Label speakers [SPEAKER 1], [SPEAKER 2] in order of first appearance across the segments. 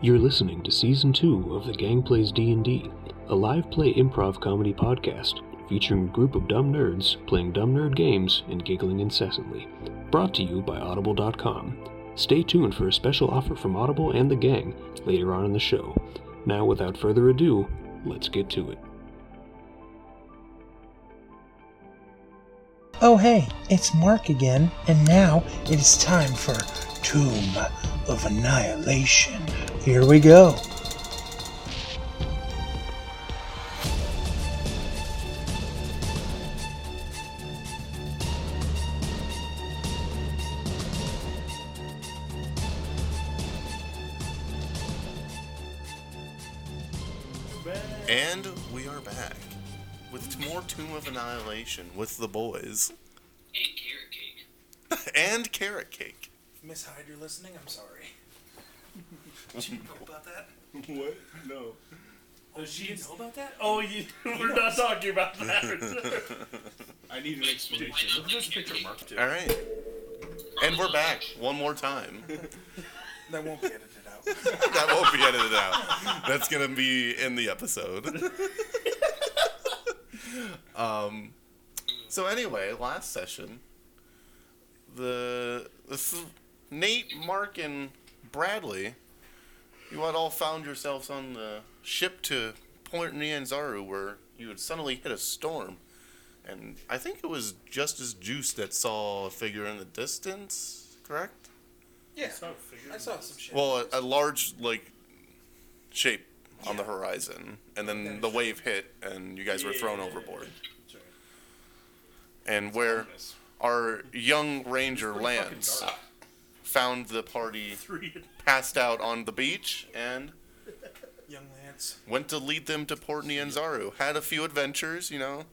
[SPEAKER 1] You're listening to season 2 of The Gang Plays D&D, a live play improv comedy podcast featuring a group of dumb nerds playing dumb nerd games and giggling incessantly. Brought to you by audible.com. Stay tuned for a special offer from Audible and the gang later on in the show. Now without further ado, let's get to it.
[SPEAKER 2] Oh, hey, it's Mark again, and now it is time for Tomb of Annihilation. Here we go.
[SPEAKER 3] And we are back with more Tomb of Annihilation with the boys
[SPEAKER 4] and carrot cake.
[SPEAKER 3] and Carrot Cake.
[SPEAKER 5] Miss Hyde, you're listening? I'm sorry.
[SPEAKER 3] Did you know about that? What? No.
[SPEAKER 5] Oh, she didn't know about that?
[SPEAKER 6] Oh, you, we're not talking about that. I need an
[SPEAKER 4] It's when I love the carrot cake.
[SPEAKER 3] All right. And we're back one more time.
[SPEAKER 5] That won't be edited out.
[SPEAKER 3] That won't be edited out. That's gonna be in the episode. um. So anyway, last session, the this is Nate, Mark, and Bradley, you had all found yourselves on the ship to Point Nyanzaru, where you had suddenly hit a storm, and I think it was Justice Juice that saw a figure in the distance. Correct.
[SPEAKER 5] Yeah, I saw some shit.
[SPEAKER 3] Well, a, a large like shape on the horizon, and then the wave hit, and you guys were thrown overboard. And where our young ranger Lance found the party passed out on the beach and
[SPEAKER 5] Young Lance.
[SPEAKER 3] went to lead them to Port Nyanzaru. Had a few adventures, you know,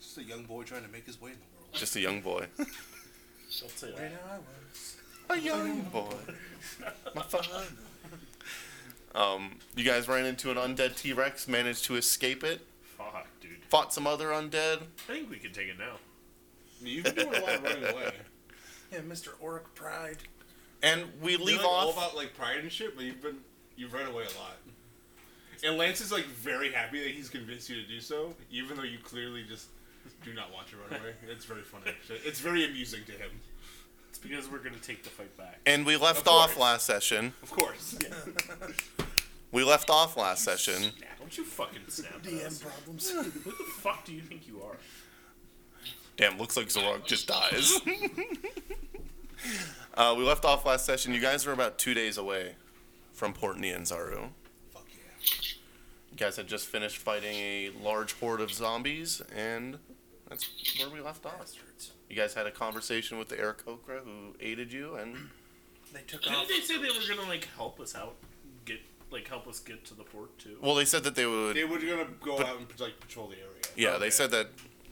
[SPEAKER 7] Just a young boy trying to make his way in the world.
[SPEAKER 3] just a young boy.
[SPEAKER 5] Right now I was.
[SPEAKER 3] A young boy. My father. Um, you guys ran into an undead T Rex, managed to escape it,
[SPEAKER 6] Fuck, dude.
[SPEAKER 3] fought some other undead,
[SPEAKER 6] I think we can take it now.
[SPEAKER 7] You've been doing a lot of running away.
[SPEAKER 5] Yeah, Mr. Oric Pride.
[SPEAKER 3] And we
[SPEAKER 7] You're,
[SPEAKER 3] leave
[SPEAKER 7] like, all
[SPEAKER 3] off.
[SPEAKER 7] about like pride and shit, but you've been you've run away a lot. And Lance is like very happy that he's convinced you to do so, even though you clearly just do not want to run away. It's very funny. actually. It's very amusing to him.
[SPEAKER 6] It's because we're gonna take the fight back.
[SPEAKER 3] and we left
[SPEAKER 7] Of
[SPEAKER 3] off
[SPEAKER 7] course.
[SPEAKER 3] last session.
[SPEAKER 7] Of course.
[SPEAKER 3] We left off last session.
[SPEAKER 6] Nah, don't you fucking snap. at
[SPEAKER 5] DM
[SPEAKER 6] us.
[SPEAKER 5] problems.
[SPEAKER 6] Who the fuck do you think you are?
[SPEAKER 3] Damn, looks like Zorog just dies. uh, we left off last session. You guys were about two days away from Port Nyanzaru.
[SPEAKER 7] Fuck yeah.
[SPEAKER 3] You guys had just finished fighting a large horde of zombies, and that's where we left off.
[SPEAKER 5] Bastards.
[SPEAKER 3] You guys had a conversation with the Arakokra who aided you, and
[SPEAKER 5] They took off.
[SPEAKER 6] Didn't they say they were gonna like help us out, get like help us get to the port too?
[SPEAKER 3] well, they said that they would.
[SPEAKER 7] They were gonna go out and like patrol the area.
[SPEAKER 3] yeah, they said that.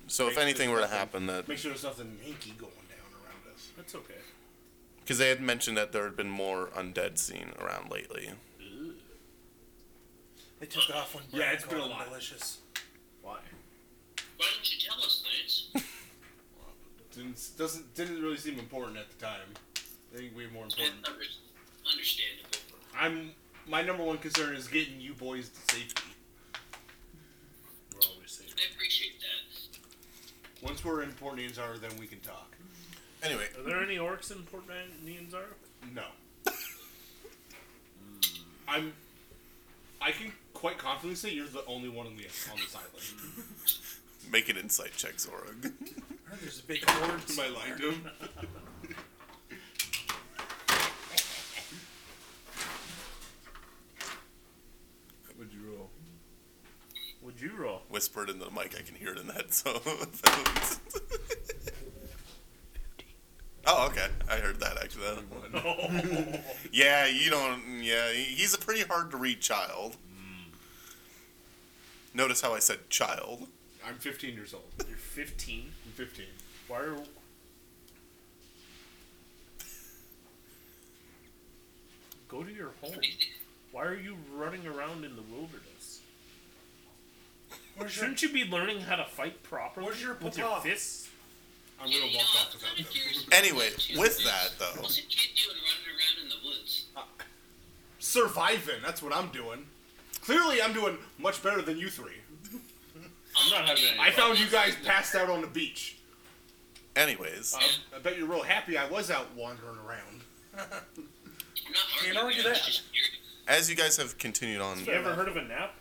[SPEAKER 3] So if
[SPEAKER 7] Make sure
[SPEAKER 3] anything were to
[SPEAKER 7] there's
[SPEAKER 3] happen, that
[SPEAKER 7] Make sure there's nothing hinky going down around us.
[SPEAKER 6] That's okay.
[SPEAKER 3] because they had mentioned that there had been more undead seen around lately.
[SPEAKER 5] They took off when Brad
[SPEAKER 7] Yeah, it's been
[SPEAKER 5] called
[SPEAKER 7] a
[SPEAKER 5] them
[SPEAKER 7] lot.
[SPEAKER 5] Malicious.
[SPEAKER 6] Why?
[SPEAKER 4] Why don't you tell us, Lance?
[SPEAKER 7] Didn't doesn't didn't really seem important at the time. I think we were more important.
[SPEAKER 4] Under- Understandable.
[SPEAKER 7] I'm my number one concern is getting you boys to safety.
[SPEAKER 6] We're always safe.
[SPEAKER 4] I appreciate that.
[SPEAKER 7] Once we're in Port Nianzara, then we can talk.
[SPEAKER 3] Anyway,
[SPEAKER 6] Are there any orcs in Port Nianzaro?
[SPEAKER 7] No. I'm. I can quite confidently say you're the only one on the on this island.
[SPEAKER 3] Make an insight check, Zorog.
[SPEAKER 5] I heard there's a big horde.
[SPEAKER 7] Am I lying to him? Would you roll?
[SPEAKER 6] Would you roll?
[SPEAKER 3] Whispered in the mic, I can hear it in the head. So. oh, okay. I heard that actually. Yeah, you don't. Yeah, he- he's a pretty hard to read child. Notice how I said child.
[SPEAKER 7] I'm 15 years old.
[SPEAKER 6] You're 15.
[SPEAKER 7] I'm 15.
[SPEAKER 6] Why are? Go to your home. Why are you running around in the wilderness?
[SPEAKER 5] Where's your,
[SPEAKER 6] Shouldn't you be learning how to fight properly
[SPEAKER 5] Where's your
[SPEAKER 6] with your
[SPEAKER 5] papa?
[SPEAKER 6] fists?
[SPEAKER 7] I'm gonna walk off without them.
[SPEAKER 3] Anyway, with that though,
[SPEAKER 4] What's a kid doing running around in the woods?
[SPEAKER 7] surviving. That's what I'm doing. Clearly, I'm doing much better than you three.
[SPEAKER 6] I'm not having any.
[SPEAKER 7] I found you guys passed out on the beach.
[SPEAKER 3] Anyways,
[SPEAKER 7] Um, I bet you're real happy I was out wandering around.
[SPEAKER 4] I'm not arguing.
[SPEAKER 5] Can't argue
[SPEAKER 4] I was
[SPEAKER 5] that.
[SPEAKER 4] just curious.
[SPEAKER 3] as you guys have continued on,
[SPEAKER 6] You ever heard of a nap?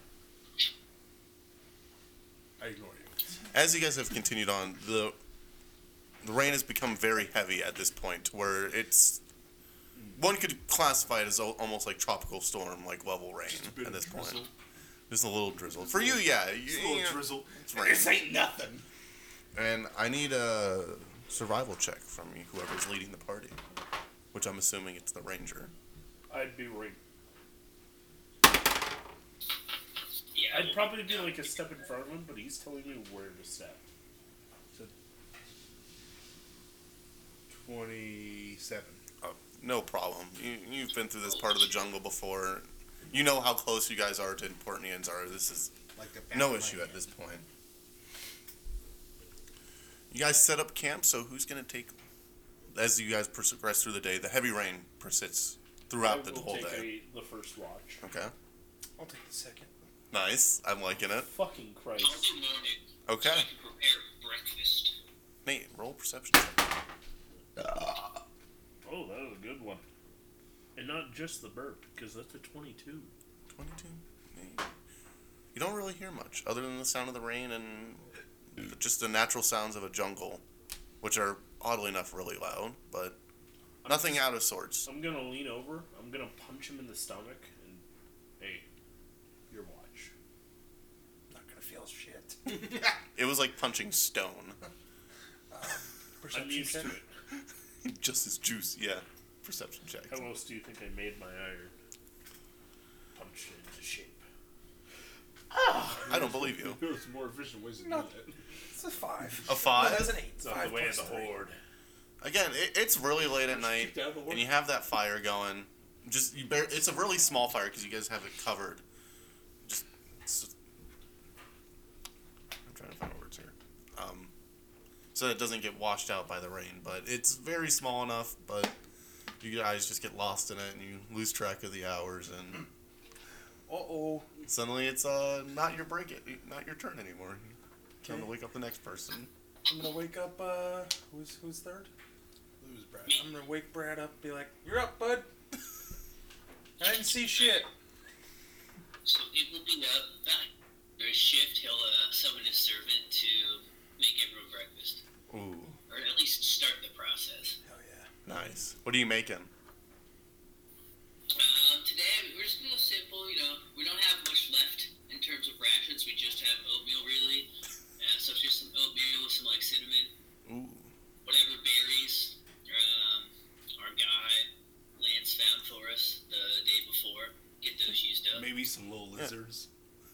[SPEAKER 7] I ignore you.
[SPEAKER 3] as you guys have continued on, the the rain has become very heavy at this point, where it's one could classify it as al- almost like tropical storm, like level rain at this point. Just a little drizzle for you, yeah. You,
[SPEAKER 7] Just a little
[SPEAKER 3] you know,
[SPEAKER 7] drizzle.
[SPEAKER 3] It's raining.
[SPEAKER 7] This ain't nothing.
[SPEAKER 3] And I need a survival check from you, whoever's leading the party, which I'm assuming it's the ranger.
[SPEAKER 6] I'd be right.
[SPEAKER 4] Yeah,
[SPEAKER 6] I'd
[SPEAKER 4] well,
[SPEAKER 6] probably be like a step in front of him, but he's telling me where to step.
[SPEAKER 7] Twenty-seven.
[SPEAKER 3] Oh, no problem. You, you've been through this part of the jungle before. You know how close you guys are to Portnians are. This is
[SPEAKER 7] Like the back
[SPEAKER 3] no
[SPEAKER 7] of my
[SPEAKER 3] issue at
[SPEAKER 7] hand.
[SPEAKER 3] this point. You guys set up camp, so who's going to take. As you guys progress through the day, the heavy rain persists
[SPEAKER 6] I
[SPEAKER 3] throughout the
[SPEAKER 6] will
[SPEAKER 3] whole
[SPEAKER 6] take
[SPEAKER 3] day.
[SPEAKER 6] a- the first watch.
[SPEAKER 3] Okay.
[SPEAKER 5] I'll take the second.
[SPEAKER 3] Nice. I'm liking it.
[SPEAKER 6] Fucking
[SPEAKER 4] I'll
[SPEAKER 6] Christ.
[SPEAKER 4] do morning. So
[SPEAKER 3] Okay.
[SPEAKER 4] I can prepare breakfast.
[SPEAKER 3] Nate, roll perception. check.
[SPEAKER 6] Oh, that was a good one. And not just the burp, because that's a 22.
[SPEAKER 3] 22. Nate. You don't really hear much other than the sound of the rain and the- just the natural sounds of a jungle, which are oddly enough really loud, but nothing out of sorts.
[SPEAKER 6] I'm gonna lean over. I'm gonna punch him in the stomach. And hey, your watch.
[SPEAKER 5] Not gonna feel shit.
[SPEAKER 3] It was like punching stone.
[SPEAKER 6] I'm used to it.
[SPEAKER 3] Just as juice, yeah. Perception check.
[SPEAKER 6] How else do you think I made my iron? Punched it into shape.
[SPEAKER 3] I don't believe you.
[SPEAKER 7] There's more efficient ways to
[SPEAKER 5] No.
[SPEAKER 7] do that.
[SPEAKER 5] It's a five.
[SPEAKER 3] A five?
[SPEAKER 5] No, that's an eight.
[SPEAKER 6] It's on
[SPEAKER 5] five
[SPEAKER 6] the way of
[SPEAKER 5] plus
[SPEAKER 6] the
[SPEAKER 5] three.
[SPEAKER 6] horde.
[SPEAKER 3] Again, it, it's really late at night,
[SPEAKER 7] kicked out of the work.
[SPEAKER 3] and you have that fire going. Just you bar- It's a really small fire because you guys have it covered. Just. it's- I'm trying to find words here. Um, so that it doesn't get washed out by the rain, but it's very small enough. But you guys just get lost in it, and you lose track of the hours, and
[SPEAKER 5] Uh oh.
[SPEAKER 3] suddenly it's uh not your break it, not your turn anymore. Time to wake up the next person.
[SPEAKER 5] I'm gonna wake up. Uh, who's who's third?
[SPEAKER 7] Lose, Brad.
[SPEAKER 5] I'm gonna wake Brad up. and Be like, you're up, bud. I didn't see shit.
[SPEAKER 4] So it will be uh, back. During shift, he'll uh, summon his servant to make everyone breakfast.
[SPEAKER 3] Ooh,
[SPEAKER 4] Or at least start the process.
[SPEAKER 5] Hell yeah.
[SPEAKER 3] nice. What are you making?
[SPEAKER 4] Um, today, we're just going to go simple. You know, we don't have much left in terms of rations. We just have oatmeal, really. Uh, so it's just some oatmeal with some, like, cinnamon.
[SPEAKER 3] Ooh,
[SPEAKER 4] whatever berries um, our guy Lance found for us the day before. Get those used up.
[SPEAKER 7] Maybe some little lizards.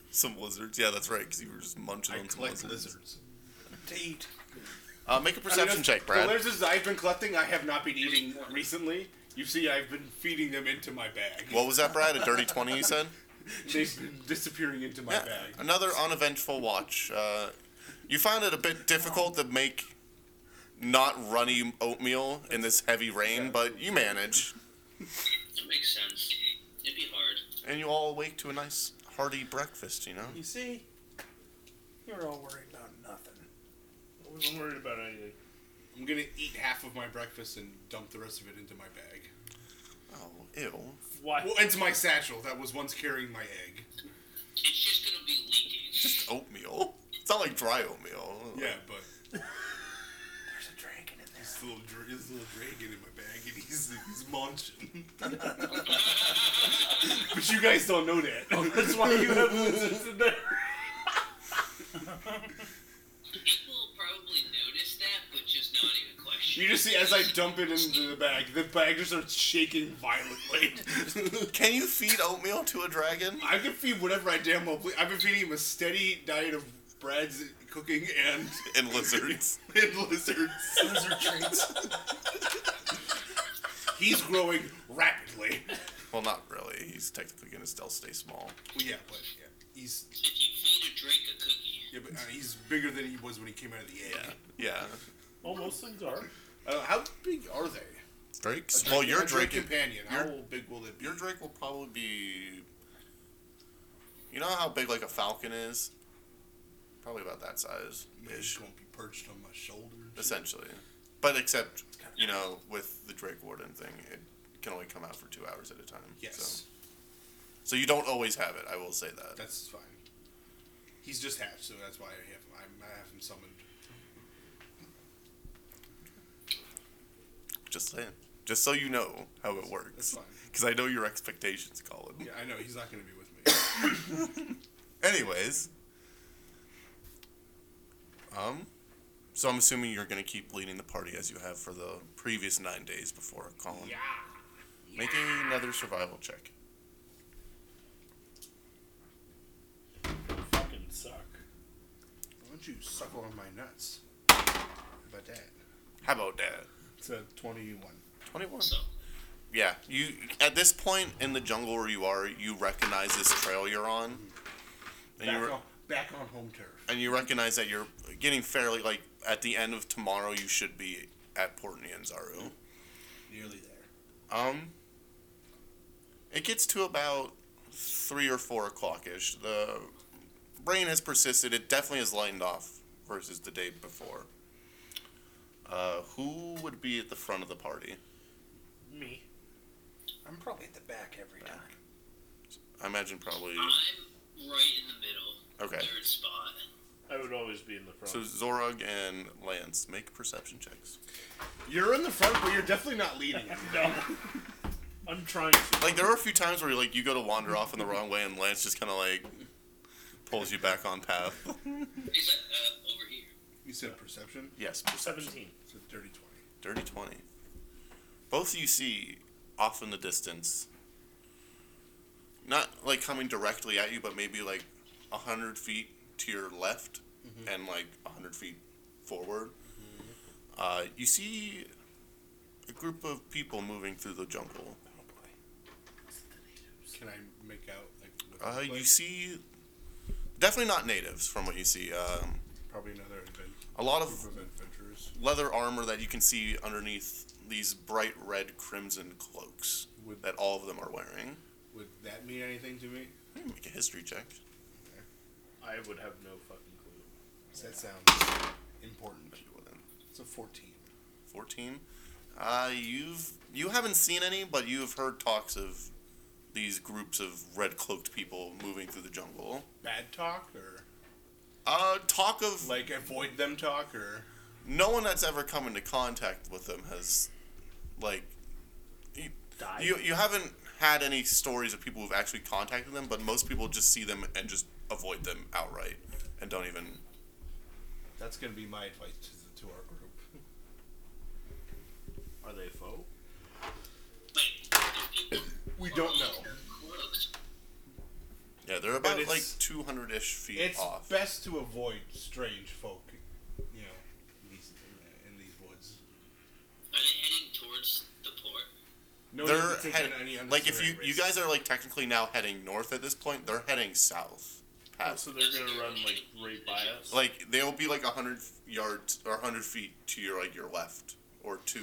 [SPEAKER 3] some lizards. Yeah, that's right. Because you were just munching
[SPEAKER 7] I
[SPEAKER 3] on some
[SPEAKER 7] collect
[SPEAKER 3] lizards.
[SPEAKER 7] lizards.
[SPEAKER 5] To eat.
[SPEAKER 3] Uh, make a perception check, Brad.
[SPEAKER 7] The lizards I've been collecting, I have not been eating recently. You see, I've been feeding them into my bag.
[SPEAKER 3] What was that, Brad? A dirty twenty, you said?
[SPEAKER 7] They've been disappearing into my
[SPEAKER 3] Yeah.
[SPEAKER 7] bag.
[SPEAKER 3] Another uneventful watch. Uh, you found it a bit difficult to make not runny oatmeal in this heavy rain, but you manage,
[SPEAKER 4] That makes sense. It'd be hard.
[SPEAKER 3] and you all awake to a nice hearty breakfast. You know.
[SPEAKER 5] You see, you're all worried about nothing.
[SPEAKER 6] I wasn't worried about anything.
[SPEAKER 7] I'm gonna eat half of my breakfast and dump the rest of it into my bag.
[SPEAKER 3] Oh, ew.
[SPEAKER 6] What?
[SPEAKER 7] Well, into my satchel that was once carrying my egg.
[SPEAKER 4] It's just gonna be leaking.
[SPEAKER 3] Just oatmeal. It's not like dry oatmeal.
[SPEAKER 7] Yeah, but
[SPEAKER 5] There's a dragon in there.
[SPEAKER 7] this little, dra- this little dragon in my bag, and he's, he's munching. but you guys don't know that.
[SPEAKER 3] Oh.
[SPEAKER 7] That's why you have lizards in there.
[SPEAKER 4] It will probably notice that, but just not even question.
[SPEAKER 7] You just see as I dump it into the bag, the bag just starts shaking violently.
[SPEAKER 3] Can you feed oatmeal to a dragon?
[SPEAKER 7] I can feed whatever I damn well please. I've been feeding him a steady diet of breads, cooking, and
[SPEAKER 3] And lizards.
[SPEAKER 7] and lizards.
[SPEAKER 5] Lizard treats.
[SPEAKER 7] He's growing rapidly.
[SPEAKER 3] Well, not really. He's technically gonna still stay small.
[SPEAKER 7] Well, yeah, but yeah, he's
[SPEAKER 4] If you feed a drake a cookie,
[SPEAKER 7] yeah, but uh, he's bigger than he was when he came out of the egg.
[SPEAKER 3] Yeah.
[SPEAKER 6] Oh, most things are.
[SPEAKER 7] Uh, how big are they?
[SPEAKER 3] Drake's.
[SPEAKER 7] A
[SPEAKER 3] Well,
[SPEAKER 7] Drake-
[SPEAKER 3] your
[SPEAKER 7] a
[SPEAKER 3] Drake,
[SPEAKER 7] Drake companion.
[SPEAKER 3] your-
[SPEAKER 7] How big will it be?
[SPEAKER 3] your Drake will probably be. You know how big like a falcon is? Probably about that size
[SPEAKER 7] Man, It's
[SPEAKER 3] ish,
[SPEAKER 7] gonna be perched on my shoulders.
[SPEAKER 3] essentially. But except, you know, with the Drake Warden thing, it can only come out for two hours at a time.
[SPEAKER 7] Yes,
[SPEAKER 3] So, so you don't always have it. I will say that.
[SPEAKER 7] that's fine. He's just half, so that's why I have him. I'm- I have him summoned.
[SPEAKER 3] Just saying. Just so you know how it
[SPEAKER 7] That's
[SPEAKER 3] works.
[SPEAKER 7] fine.
[SPEAKER 3] Because I know your expectations, Colin.
[SPEAKER 7] Yeah, I know he's not gonna be with me.
[SPEAKER 3] Anyways. Um. So I'm assuming you're gonna keep leading the party as you have for the previous nine days before Colin. Yeah. Making another survival check.
[SPEAKER 6] Fucking suck.
[SPEAKER 7] Why don't you suckle on my nuts? How about that?
[SPEAKER 3] How about that?
[SPEAKER 7] It's a twenty-one.
[SPEAKER 3] Twenty-one.
[SPEAKER 4] So,
[SPEAKER 3] Yeah. You at this point in the jungle where you are, you recognize this trail you're on. And you
[SPEAKER 7] Back
[SPEAKER 3] re-
[SPEAKER 7] on, back on home turf.
[SPEAKER 3] and you recognize that you're getting fairly like at the end of tomorrow you should be at Port Nianzaru.
[SPEAKER 7] Nearly there.
[SPEAKER 3] Um, it gets to about three or four o'clock ish. The rain has persisted. It definitely has lightened off versus the day before. Uh, who would be at the front of the party?
[SPEAKER 6] Me.
[SPEAKER 2] I'm probably at the back every time.
[SPEAKER 3] I imagine probably.
[SPEAKER 4] I'm right in the middle,
[SPEAKER 3] Okay.
[SPEAKER 4] third spot.
[SPEAKER 6] I would always be in the front.
[SPEAKER 3] So Zorog and Lance make perception checks.
[SPEAKER 8] You're in the front, but you're definitely not leading.
[SPEAKER 6] no. I'm trying to.
[SPEAKER 3] Like there are a few times where like you go to wander off in the wrong way and Lance just kind of like pulls you back on path.
[SPEAKER 4] He's like, uh, over here.
[SPEAKER 7] You said perception.
[SPEAKER 3] yes, perception.
[SPEAKER 6] 17.
[SPEAKER 7] It's a dirty twenty.
[SPEAKER 3] Dirty 20. Both of you see off in the distance, not like coming directly at you, but maybe like 100 feet to your left and like 100 feet forward. Uh, you see a group of people moving through the jungle.
[SPEAKER 7] Can I make out like? What they
[SPEAKER 3] Uh,
[SPEAKER 7] look
[SPEAKER 3] you
[SPEAKER 7] like?
[SPEAKER 3] see definitely not natives from what you see. Um,
[SPEAKER 7] probably another advent,
[SPEAKER 3] a lot of
[SPEAKER 7] group of adventurers
[SPEAKER 3] leather armor that you can see underneath these bright red crimson cloaks
[SPEAKER 7] Would-
[SPEAKER 3] that all of them are wearing.
[SPEAKER 7] Would that mean anything to me?
[SPEAKER 3] Hmm, Make a history check.
[SPEAKER 6] I would have no fucking clue.
[SPEAKER 7] Does that sound important? It's a fourteen.
[SPEAKER 3] Fourteen. Uh, you've you haven't seen any, but you have heard talks of these groups of red cloaked people moving through the jungle.
[SPEAKER 7] Bad talk or
[SPEAKER 3] Uh, talk of
[SPEAKER 7] like avoid them talk or
[SPEAKER 3] no one that's ever come into contact with them has, like, you
[SPEAKER 6] Died.
[SPEAKER 3] you, you haven't had any stories of people who've actually contacted them, but most people just see them and just avoid them outright and don't even.
[SPEAKER 7] that's gonna be my advice to, the, to our group.
[SPEAKER 6] Are they foe?
[SPEAKER 4] Wait, there's people.
[SPEAKER 7] We don't know.
[SPEAKER 4] Cloaked.
[SPEAKER 3] Yeah, they're
[SPEAKER 7] But
[SPEAKER 3] about like
[SPEAKER 7] it's-
[SPEAKER 3] two hundred ish feet
[SPEAKER 7] It's
[SPEAKER 3] off.
[SPEAKER 7] best to avoid strange folk, you know, in these, in these woods.
[SPEAKER 4] Are they heading towards the port?
[SPEAKER 7] No, need
[SPEAKER 3] they're
[SPEAKER 7] to take
[SPEAKER 3] head-
[SPEAKER 7] on any
[SPEAKER 3] like if
[SPEAKER 7] unnecessary
[SPEAKER 3] you you
[SPEAKER 7] risks.
[SPEAKER 3] guys are like technically now heading north at this point they're heading south past
[SPEAKER 6] Oh, So they're gonna run like right by us.
[SPEAKER 3] Uh, like they'll be like 100 yards or 100 feet to your like your left or to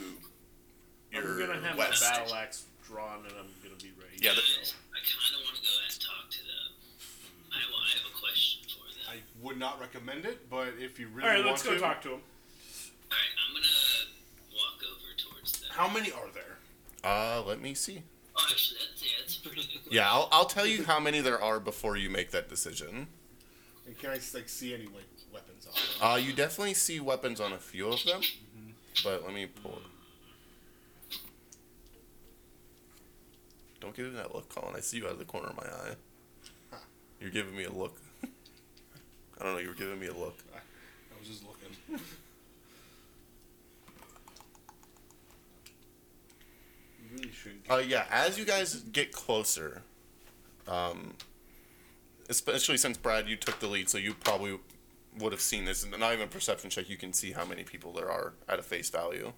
[SPEAKER 3] your
[SPEAKER 6] I'm gonna have
[SPEAKER 3] west
[SPEAKER 6] my battle axe drawn, and I'm gonna be ready.
[SPEAKER 3] Yeah,
[SPEAKER 6] to
[SPEAKER 3] the-
[SPEAKER 4] I kind
[SPEAKER 6] go.
[SPEAKER 4] of want to go and talk to them. I, wa- I have a question for them.
[SPEAKER 7] I would not recommend it, but if you really
[SPEAKER 6] All right,
[SPEAKER 7] want
[SPEAKER 6] let's go
[SPEAKER 7] to,
[SPEAKER 6] talk to
[SPEAKER 4] All
[SPEAKER 6] him.
[SPEAKER 4] right, I'm gonna walk over towards them.
[SPEAKER 7] How many are there?
[SPEAKER 3] uh let me see
[SPEAKER 4] Oh, actually, that's yeah, that's a pretty good. Question.
[SPEAKER 3] yeah I'll, I'll tell you how many there are before you make that decision
[SPEAKER 7] And can I like see any like weapons on them?
[SPEAKER 3] uh you definitely see weapons on a few of them but let me pull don't give me that look colin i see you out of the corner of my eye you're giving me a look i don't know you were giving me a look
[SPEAKER 7] I was just looking. You really shouldn't.
[SPEAKER 3] Uh, yeah, as you guys get closer, um, especially since Brad, you took the lead, so you probably would have seen this. Not even a perception check, you can see how many people there are at a face value.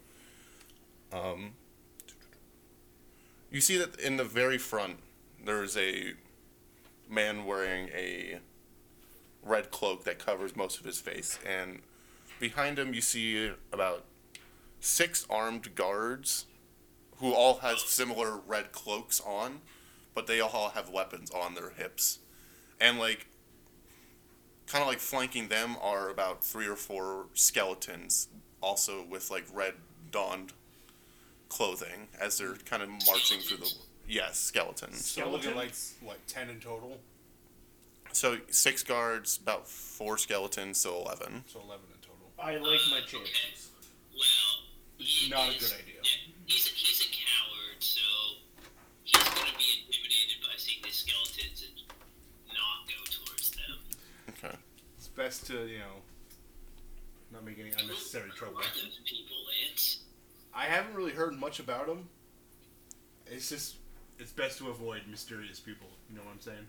[SPEAKER 3] Um, you see that in the very front, there's a man wearing a red cloak that covers most of his face, and behind him, you see about six armed guards who all have similar red cloaks on, but they all have weapons on their hips. And like kind of like flanking them are about three or four skeletons also with like red donned clothing as they're kind of marching through the yes, skeletons.
[SPEAKER 7] So we're looking like
[SPEAKER 6] Skeletons?
[SPEAKER 7] like ten in total,
[SPEAKER 3] So six guards, about four skeletons, so 11.
[SPEAKER 7] so eleven in total.
[SPEAKER 6] I like my chances.
[SPEAKER 4] Well, he
[SPEAKER 7] Not a
[SPEAKER 4] is-
[SPEAKER 7] good idea.
[SPEAKER 4] yeah, He's a, he's a coward, so he's going to be intimidated by seeing these skeletons and not go towards them.
[SPEAKER 3] Okay.
[SPEAKER 7] It's best to you know not make any unnecessary
[SPEAKER 4] Who
[SPEAKER 7] trouble.
[SPEAKER 4] are those people, Lance?
[SPEAKER 7] I haven't really heard much about them. It's just it's best to avoid mysterious people. You know what I'm saying?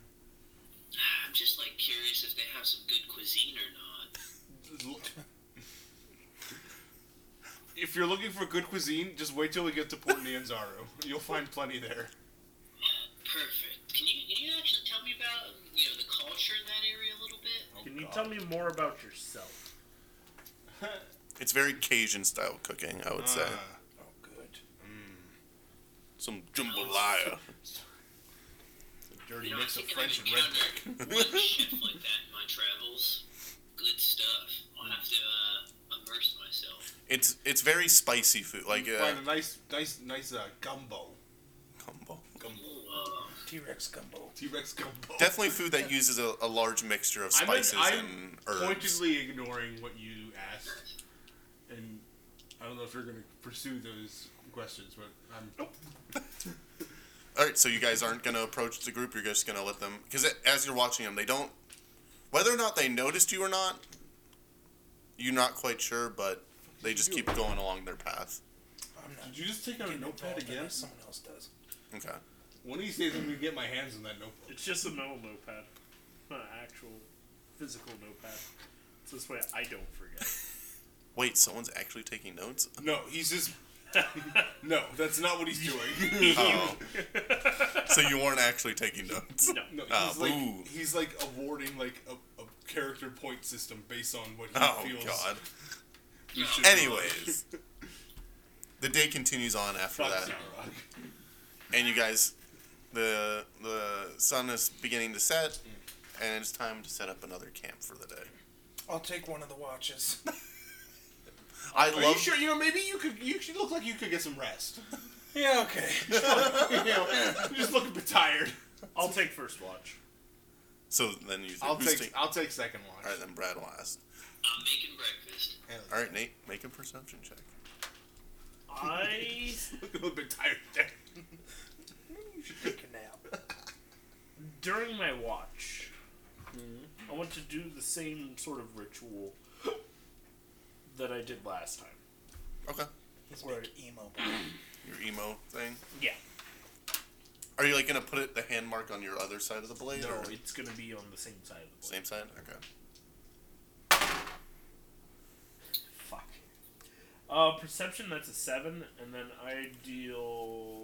[SPEAKER 4] Ah, I'm just like curious if they have some good cuisine or not.
[SPEAKER 7] If you're looking for good cuisine, just wait till we get to Port Nianzaru. You'll find plenty there.
[SPEAKER 4] Perfect. Can you can you actually tell me about um, you know the culture in that area a little bit?
[SPEAKER 6] Can you tell me more about yourself?
[SPEAKER 3] It's very Cajun style cooking, I would say.
[SPEAKER 7] Ah,
[SPEAKER 2] Oh, good.
[SPEAKER 3] Some jambalaya.
[SPEAKER 7] dirty
[SPEAKER 4] You know,
[SPEAKER 7] mix
[SPEAKER 4] I
[SPEAKER 7] of
[SPEAKER 4] think
[SPEAKER 7] French
[SPEAKER 4] I've
[SPEAKER 7] and redneck.
[SPEAKER 4] encountered one chef like that in my travels. Good stuff. I'll have to uh, immerse myself.
[SPEAKER 3] It's it's very spicy food, like uh,
[SPEAKER 7] Find a nice, nice, nice uh, gumbo.
[SPEAKER 3] combo.
[SPEAKER 4] Ooh, uh,
[SPEAKER 2] T Rex gumbo.
[SPEAKER 7] T Rex gumbo.
[SPEAKER 3] Definitely food that uses a, a large mixture of spices
[SPEAKER 7] I'm,
[SPEAKER 3] and
[SPEAKER 7] I'm
[SPEAKER 3] herbs.
[SPEAKER 7] pointedly ignoring what you asked, and I don't know if you're going to pursue those questions, but I'm.
[SPEAKER 3] All right, so you guys aren't gonna approach the group. You're just gonna let them, because as you're watching them, they don't. Whether or not they noticed you or not, you're not quite sure, but they just keep going along their path.
[SPEAKER 2] I'm not
[SPEAKER 7] Did you just take out a
[SPEAKER 2] getting
[SPEAKER 7] notepad
[SPEAKER 2] involved
[SPEAKER 7] again?
[SPEAKER 2] unless Someone else does.
[SPEAKER 3] Okay.
[SPEAKER 7] One of these days, I'm going to get my hands on that notebook.
[SPEAKER 6] It's just a mental notepad, not an actual physical notepad. So this way I don't forget.
[SPEAKER 3] Wait, someone's actually taking notes.
[SPEAKER 7] No, he's just. no, that's not what he's doing.
[SPEAKER 3] Oh. so you weren't actually taking notes.
[SPEAKER 6] No.
[SPEAKER 7] No, he's
[SPEAKER 3] Ah,
[SPEAKER 7] like
[SPEAKER 3] boo.
[SPEAKER 7] he's like awarding like a, a character point system based on what he
[SPEAKER 3] Oh
[SPEAKER 7] feels.
[SPEAKER 3] God.
[SPEAKER 7] You should
[SPEAKER 3] Anyways, the day continues on after
[SPEAKER 7] Fuck
[SPEAKER 3] that,
[SPEAKER 7] Zarok.
[SPEAKER 3] and you guys, the the sun is beginning to set, and it's time to set up another camp for the day.
[SPEAKER 2] I'll take one of the watches.
[SPEAKER 3] I
[SPEAKER 7] Are
[SPEAKER 3] love.
[SPEAKER 7] you sure? You know, maybe you could. You should look like you could get some rest.
[SPEAKER 2] yeah, okay.
[SPEAKER 7] you know, you just look a bit tired.
[SPEAKER 6] I'll take first watch.
[SPEAKER 3] So then you.
[SPEAKER 7] I'll
[SPEAKER 3] who's
[SPEAKER 7] take.
[SPEAKER 3] taking-
[SPEAKER 7] I'll take second watch.
[SPEAKER 3] All right, then Brad last.
[SPEAKER 4] I'm making breakfast.
[SPEAKER 3] All right, Nate, make a perception check.
[SPEAKER 6] I
[SPEAKER 7] Look a little bit tired there.
[SPEAKER 2] You should take a nap.
[SPEAKER 6] during my watch,
[SPEAKER 3] Mm-hmm.
[SPEAKER 6] I want to do the same sort of ritual that I did last time.
[SPEAKER 3] Okay.
[SPEAKER 2] He's big emo. boy.
[SPEAKER 3] Your emo thing.
[SPEAKER 6] Yeah.
[SPEAKER 3] Are you like gonna put it the hand mark on your other side of the blade?
[SPEAKER 6] No,
[SPEAKER 3] or
[SPEAKER 6] it's gonna be on the same side of the blade.
[SPEAKER 3] same side. Okay.
[SPEAKER 6] Fuck. Uh, perception. That's a seven, and then I deal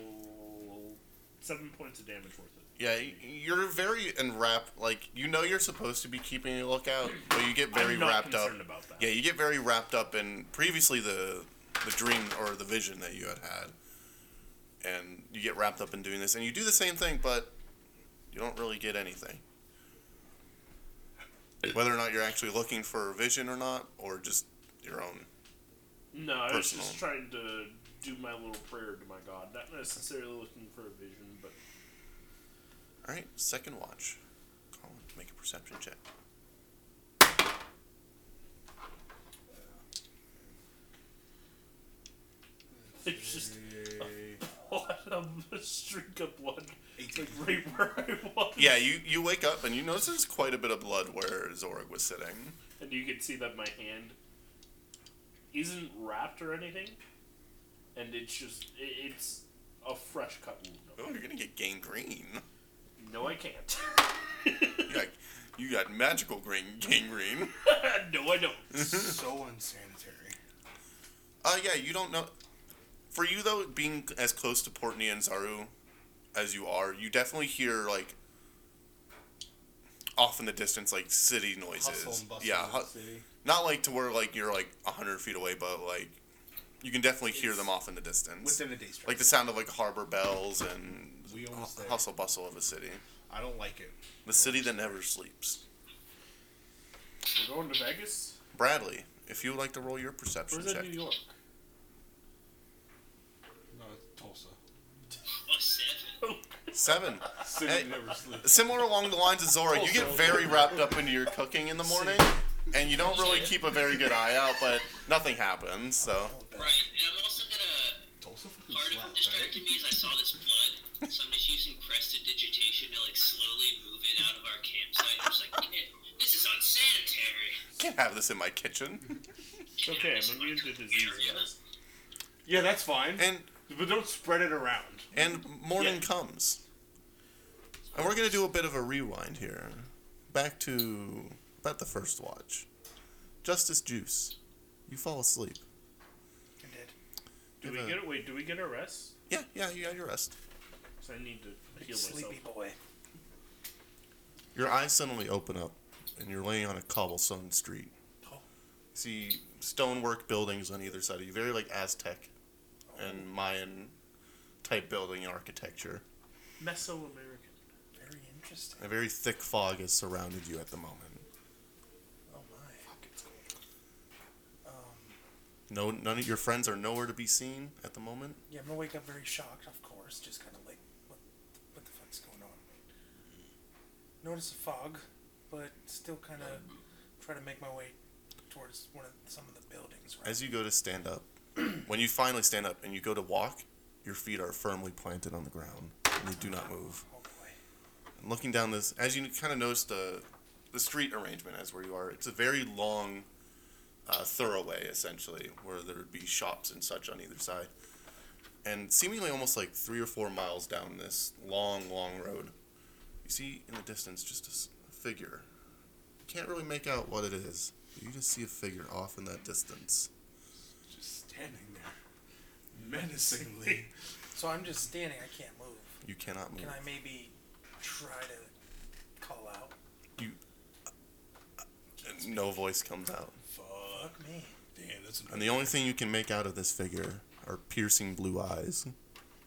[SPEAKER 6] seven points of damage worth of
[SPEAKER 3] Yeah, y- you're very enwrapped. Like you know, you're supposed to be keeping a lookout, but you get very
[SPEAKER 6] I'm not
[SPEAKER 3] wrapped up.
[SPEAKER 6] concerned about that.
[SPEAKER 3] Yeah, you get very wrapped up in previously the the dream or the vision that you had had, and you get wrapped up in doing this, and you do the same thing, but you don't really get anything. Whether or not you're actually looking for a vision or not, or just your own.
[SPEAKER 6] No, I was
[SPEAKER 3] Personal.
[SPEAKER 6] just trying to do my little prayer to my God. Not necessarily looking for a vision, but
[SPEAKER 3] All right, second watch. Colin, make a perception check.
[SPEAKER 6] it's just what a streak of blood, like right where I was.
[SPEAKER 3] Yeah, you you wake up and you notice there's quite a bit of blood where Zorg was sitting.
[SPEAKER 6] and you can see that my hand isn't wrapped or anything, and it's just it, it's a fresh cut wound.
[SPEAKER 3] Oh, you're gonna get gangrene.
[SPEAKER 6] No, I can't.
[SPEAKER 3] You got, you got magical green gangrene.
[SPEAKER 6] no, I don't.
[SPEAKER 7] so unsanitary.
[SPEAKER 3] Uh, yeah, you don't know. For you though, being as close to Port Nianzaru as you are, you definitely hear like off in the distance like city noises.
[SPEAKER 7] Hustle and bustle.
[SPEAKER 3] yeah,
[SPEAKER 7] Yeah.
[SPEAKER 3] hu- not like to where like you're like hundred feet away, but like You can definitely hear
[SPEAKER 7] It's
[SPEAKER 3] them off in the distance.
[SPEAKER 7] within the day's
[SPEAKER 3] like
[SPEAKER 7] drive.
[SPEAKER 3] the sound of like harbor bells and
[SPEAKER 9] We almost there.
[SPEAKER 3] hustle bustle of a city.
[SPEAKER 7] I don't like it.
[SPEAKER 3] The city that never sleeps.
[SPEAKER 6] We're going to Vegas?
[SPEAKER 3] Bradley, if you would like to roll your
[SPEAKER 6] Or
[SPEAKER 3] perception
[SPEAKER 6] is that
[SPEAKER 3] check.
[SPEAKER 6] New York?
[SPEAKER 7] No, it's Tulsa.
[SPEAKER 4] A
[SPEAKER 3] Seven.
[SPEAKER 4] seven.
[SPEAKER 7] City
[SPEAKER 3] Hey.
[SPEAKER 7] never sleeps.
[SPEAKER 3] Similar along the lines of Zora, you get very wrapped up into your cooking in the morning, and you don't really keep a very good eye out, but nothing happens, so.
[SPEAKER 4] Right, and I'm also gonna.
[SPEAKER 7] Tulsa fucking
[SPEAKER 4] Part of what
[SPEAKER 7] slaps, right?
[SPEAKER 4] distracted me is I saw this blood. Somebody's using prestidigitation to like slowly move it out of our campsite. I was like, "Kid, this is unsanitary.
[SPEAKER 3] Can't have this in my kitchen.
[SPEAKER 6] It's okay, I'm immune to disease. guys.
[SPEAKER 7] Yeah, that's fine.
[SPEAKER 3] And
[SPEAKER 7] but don't spread it around.
[SPEAKER 3] and morning
[SPEAKER 7] Yeah.
[SPEAKER 3] comes. And we're gonna do a bit of a rewind here. Back to about the first watch. Justice Juice. You fall asleep.
[SPEAKER 6] Do we
[SPEAKER 3] Give a-
[SPEAKER 6] get wait, do we get a rest?
[SPEAKER 3] Yeah, yeah, you got your rest.
[SPEAKER 6] Because I need to heal myself.
[SPEAKER 2] Sleepy boy.
[SPEAKER 3] Your eyes suddenly open up, and you're laying on a cobblestone street. See stonework buildings on either side of you, very like Aztec and Mayan type building architecture.
[SPEAKER 6] Mesoamerican.
[SPEAKER 2] Very interesting.
[SPEAKER 3] A very thick fog has surrounded you at the moment.
[SPEAKER 2] Oh my.
[SPEAKER 3] No, none of your friends are nowhere to be seen at the moment.
[SPEAKER 2] Yeah, I'm gonna wake up very shocked, of course, just kind of like, what, what the fuck's going on? Notice the fog, but still kind of
[SPEAKER 6] Mm.
[SPEAKER 2] try to make my way towards one of some of the buildings. Right?
[SPEAKER 3] As you go to stand up, when you finally stand up and you go to walk, your feet are firmly planted on the ground. And they do not move.
[SPEAKER 2] oh boy.
[SPEAKER 3] And looking down this, as you kind of notice the the street arrangement as where you are, it's a very long uh, thoroughway essentially, where there would be shops and such on either side, and seemingly almost like three or four miles down this long, long road, you see in the distance just a s- figure. You can't really make out what it is. but You just see a figure off in that distance.
[SPEAKER 7] Just standing there, menacingly.
[SPEAKER 2] So I'm just standing. I can't move.
[SPEAKER 3] You cannot move.
[SPEAKER 2] Can I maybe try to call out?
[SPEAKER 3] No voice comes out.
[SPEAKER 7] Fuck.
[SPEAKER 2] Fuck me.
[SPEAKER 7] Damn, that's
[SPEAKER 3] And the only thing you can make out of this figure are piercing blue eyes.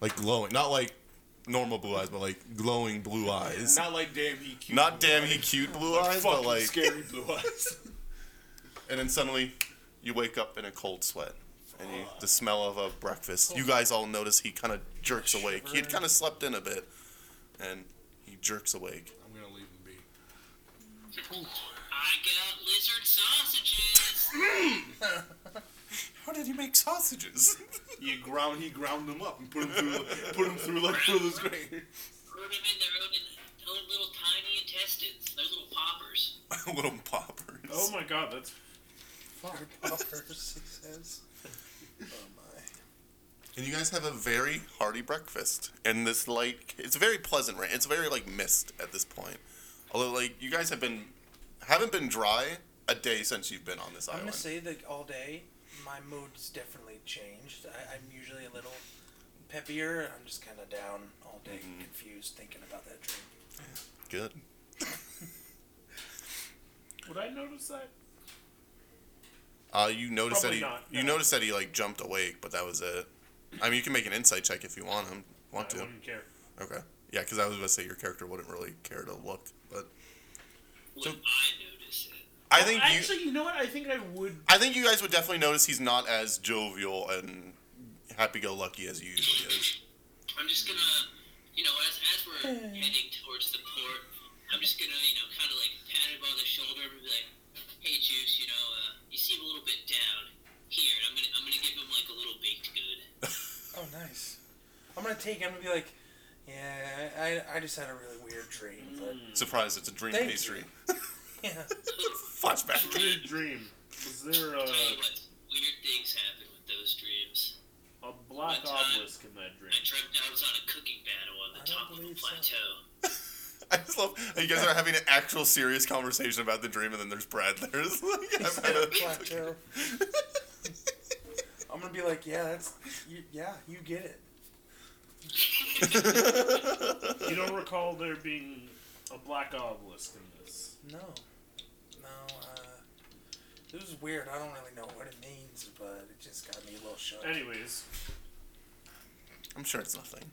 [SPEAKER 3] Like glowing. Not like normal blue eyes, but like glowing blue eyes.
[SPEAKER 7] not like damn he cute.
[SPEAKER 3] Not damn he cute blue eyes, but
[SPEAKER 7] fucking
[SPEAKER 3] like.
[SPEAKER 7] scary blue eyes.
[SPEAKER 3] And then suddenly you wake up in a cold sweat. And you, the smell of a breakfast. You guys all notice he kind of jerks awake. He had kind of slept in a bit. And he jerks awake.
[SPEAKER 7] I'm gonna leave him be.
[SPEAKER 4] I got lizard sausages.
[SPEAKER 3] How did he make sausages?
[SPEAKER 7] You ground, he ground them up and put him through, put him through like Fuller's grain.
[SPEAKER 4] Put them in their own, own little tiny intestines. They're little poppers.
[SPEAKER 3] Little poppers.
[SPEAKER 6] Oh my god, that's
[SPEAKER 2] Fuck poppers, he says. Oh my.
[SPEAKER 3] And you guys have a very hearty breakfast. And this like it's very pleasant, right? It's very like mist at this point. Although like you guys have been haven't been dry a day since you've been on this
[SPEAKER 2] I'm
[SPEAKER 3] island.
[SPEAKER 2] gonna say that all day, my mood's definitely changed. I, I'm usually a little peppier. I'm just kind of down all day, confused, thinking about that dream.
[SPEAKER 3] Good.
[SPEAKER 6] would I notice that?
[SPEAKER 3] Uh you notice
[SPEAKER 6] Probably
[SPEAKER 3] that he
[SPEAKER 6] not,
[SPEAKER 3] you
[SPEAKER 6] no.
[SPEAKER 3] notice that he like jumped awake, but that was it. I mean you can make an insight check if you want him want
[SPEAKER 6] I
[SPEAKER 3] to.
[SPEAKER 6] wouldn't care.
[SPEAKER 3] Okay. Yeah, because I was gonna say your character wouldn't really care to look, but
[SPEAKER 4] Would
[SPEAKER 3] So-
[SPEAKER 4] I notice it?
[SPEAKER 3] I think you
[SPEAKER 6] actually, you... know what? I think I would.
[SPEAKER 3] I think you guys would definitely notice he's not as jovial and happy go lucky as he usually is.
[SPEAKER 4] I'm just gonna, you know, as, as we're
[SPEAKER 2] Hmm.
[SPEAKER 4] heading towards the port, I'm just gonna, you know, kind of like pat him on the shoulder and be like, "Hey, Juice, you know, uh, you seem a little bit down here." And I'm gonna, I'm gonna give him like a little baked good.
[SPEAKER 2] Oh, nice. I'm gonna take. I'm gonna be like, yeah. I, I just had a really weird dream, but
[SPEAKER 6] Hmm.
[SPEAKER 3] Surprised it's a dream
[SPEAKER 2] Thank
[SPEAKER 3] pastry.
[SPEAKER 2] yeah.
[SPEAKER 3] Flashback.
[SPEAKER 6] Weird dream. Was there
[SPEAKER 4] Tell
[SPEAKER 7] uh,
[SPEAKER 6] a,
[SPEAKER 4] you what, weird things happen with those dreams.
[SPEAKER 6] a
[SPEAKER 4] What
[SPEAKER 6] black
[SPEAKER 4] time?
[SPEAKER 6] obelisk in that dream?
[SPEAKER 4] I dreamt I was on a cooking battle on the
[SPEAKER 2] I don't
[SPEAKER 4] top of a
[SPEAKER 2] believe so.
[SPEAKER 4] plateau.
[SPEAKER 3] I just love you guys are having an actual serious conversation about the dream, and then there's Brad. There's like, I've had a-
[SPEAKER 2] Plateau. I'm gonna be like, yeah, that's, you, yeah, you get it.
[SPEAKER 6] You don't recall there being a black obelisk in this?
[SPEAKER 2] No, no. Uh, This is weird. I don't really know what it means, but it just got me a little shook.
[SPEAKER 6] Anyways,
[SPEAKER 3] I'm sure it's nothing.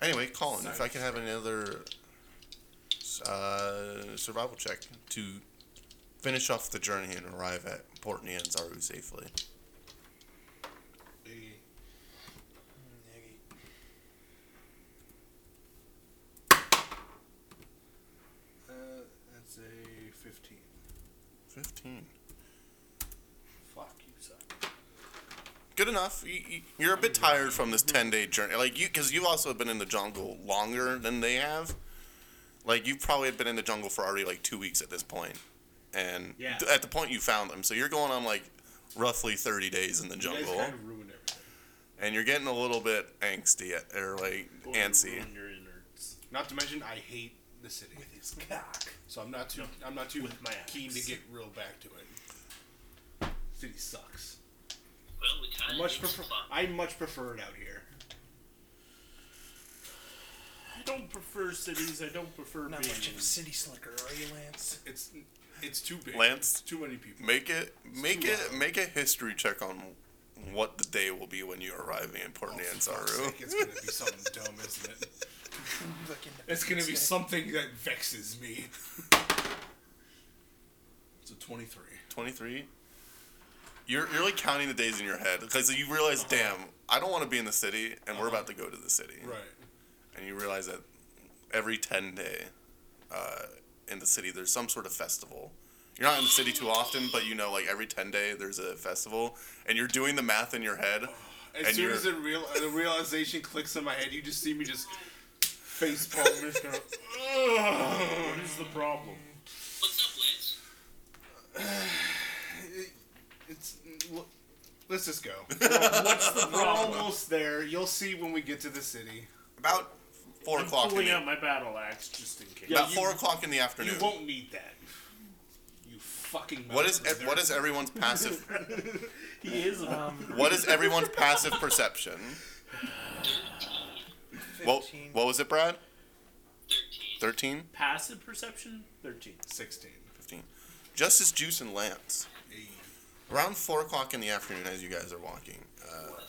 [SPEAKER 3] Anyway, Colin, if I can have another uh, survival check to finish off the journey and arrive at Port Nianzaru safely.
[SPEAKER 2] Niggy.
[SPEAKER 7] Uh, that's a 15.
[SPEAKER 3] 15.
[SPEAKER 7] Fuck, you suck.
[SPEAKER 3] Good enough. You, you, you're a bit tired from this 10 day journey. Like, you, because you've also been in the jungle longer than they have. Like, you've probably been in the jungle for already like two weeks at this point. And
[SPEAKER 7] Yeah.
[SPEAKER 3] th- at the point you found them. So you're going on like roughly 30 days in the
[SPEAKER 7] You guys
[SPEAKER 3] jungle.
[SPEAKER 7] kind of ruined everything.
[SPEAKER 3] and you're getting a little bit angsty at, or like
[SPEAKER 6] boy,
[SPEAKER 3] antsy.
[SPEAKER 6] ruin your innards.
[SPEAKER 7] Not to mention, I hate the city.
[SPEAKER 2] With his cock.
[SPEAKER 7] So I'm not too I'm not too
[SPEAKER 6] With my
[SPEAKER 7] keen to
[SPEAKER 6] axe.
[SPEAKER 7] get real back to it. City sucks.
[SPEAKER 4] Well, we kind
[SPEAKER 7] I
[SPEAKER 4] of
[SPEAKER 7] much
[SPEAKER 4] need
[SPEAKER 7] prefer
[SPEAKER 4] some plot.
[SPEAKER 7] I much prefer it out here.
[SPEAKER 6] I don't prefer cities. I don't prefer
[SPEAKER 2] Not
[SPEAKER 6] being.
[SPEAKER 2] much of a city slicker, are you, Lance?
[SPEAKER 7] It's it's too big.
[SPEAKER 3] Lance?
[SPEAKER 7] It's too many people.
[SPEAKER 3] Make it make
[SPEAKER 7] too
[SPEAKER 3] it
[SPEAKER 7] loud.
[SPEAKER 3] make a history check on what the day will be when you're arriving in Port
[SPEAKER 7] Oh, Fuck's
[SPEAKER 3] Nianzaru.
[SPEAKER 7] sake, it's gonna be something dumb, isn't it?
[SPEAKER 2] Fucking
[SPEAKER 7] It's gonna be
[SPEAKER 2] Wednesday.
[SPEAKER 7] something that vexes me. It's a twenty-three.
[SPEAKER 3] 23 you're, you're like counting the days in your head because you realize
[SPEAKER 7] Uh-huh.
[SPEAKER 3] damn i don't want to be in the city and we're about to go to the city
[SPEAKER 7] Right.
[SPEAKER 3] and you realize that every 10 day uh, in the city there's some sort of festival you're not in the city too often but you know like every 10 day there's a festival and you're doing the math in your head
[SPEAKER 7] As
[SPEAKER 3] And
[SPEAKER 7] soon
[SPEAKER 3] you're-
[SPEAKER 7] as the real the realization clicks in my head, you just see me just face palm. just go,
[SPEAKER 6] What is the problem?
[SPEAKER 4] What's up, Lance?
[SPEAKER 7] It's l- let's just go. What's the We're
[SPEAKER 6] problem?
[SPEAKER 7] almost there. You'll see when we get to the city.
[SPEAKER 3] about 4
[SPEAKER 6] I'm
[SPEAKER 3] o'clock in
[SPEAKER 6] pulling
[SPEAKER 3] the,
[SPEAKER 6] out my battle axe just in case.
[SPEAKER 7] Yeah,
[SPEAKER 3] about
[SPEAKER 7] you-
[SPEAKER 3] 4 o'clock in the
[SPEAKER 7] You
[SPEAKER 3] afternoon
[SPEAKER 7] won't need that. You fucking.
[SPEAKER 3] what is e,
[SPEAKER 7] mother-
[SPEAKER 3] what is everyone's passive
[SPEAKER 6] He is a
[SPEAKER 3] what is everyone's passive perception what,
[SPEAKER 2] 15.
[SPEAKER 3] what was it brad
[SPEAKER 4] 13.
[SPEAKER 3] 13
[SPEAKER 6] passive perception. Thirteen.
[SPEAKER 7] sixteen?
[SPEAKER 3] 15. Justice Juice and Lance. Around 4 o'clock in the afternoon, as you guys are walking, uh,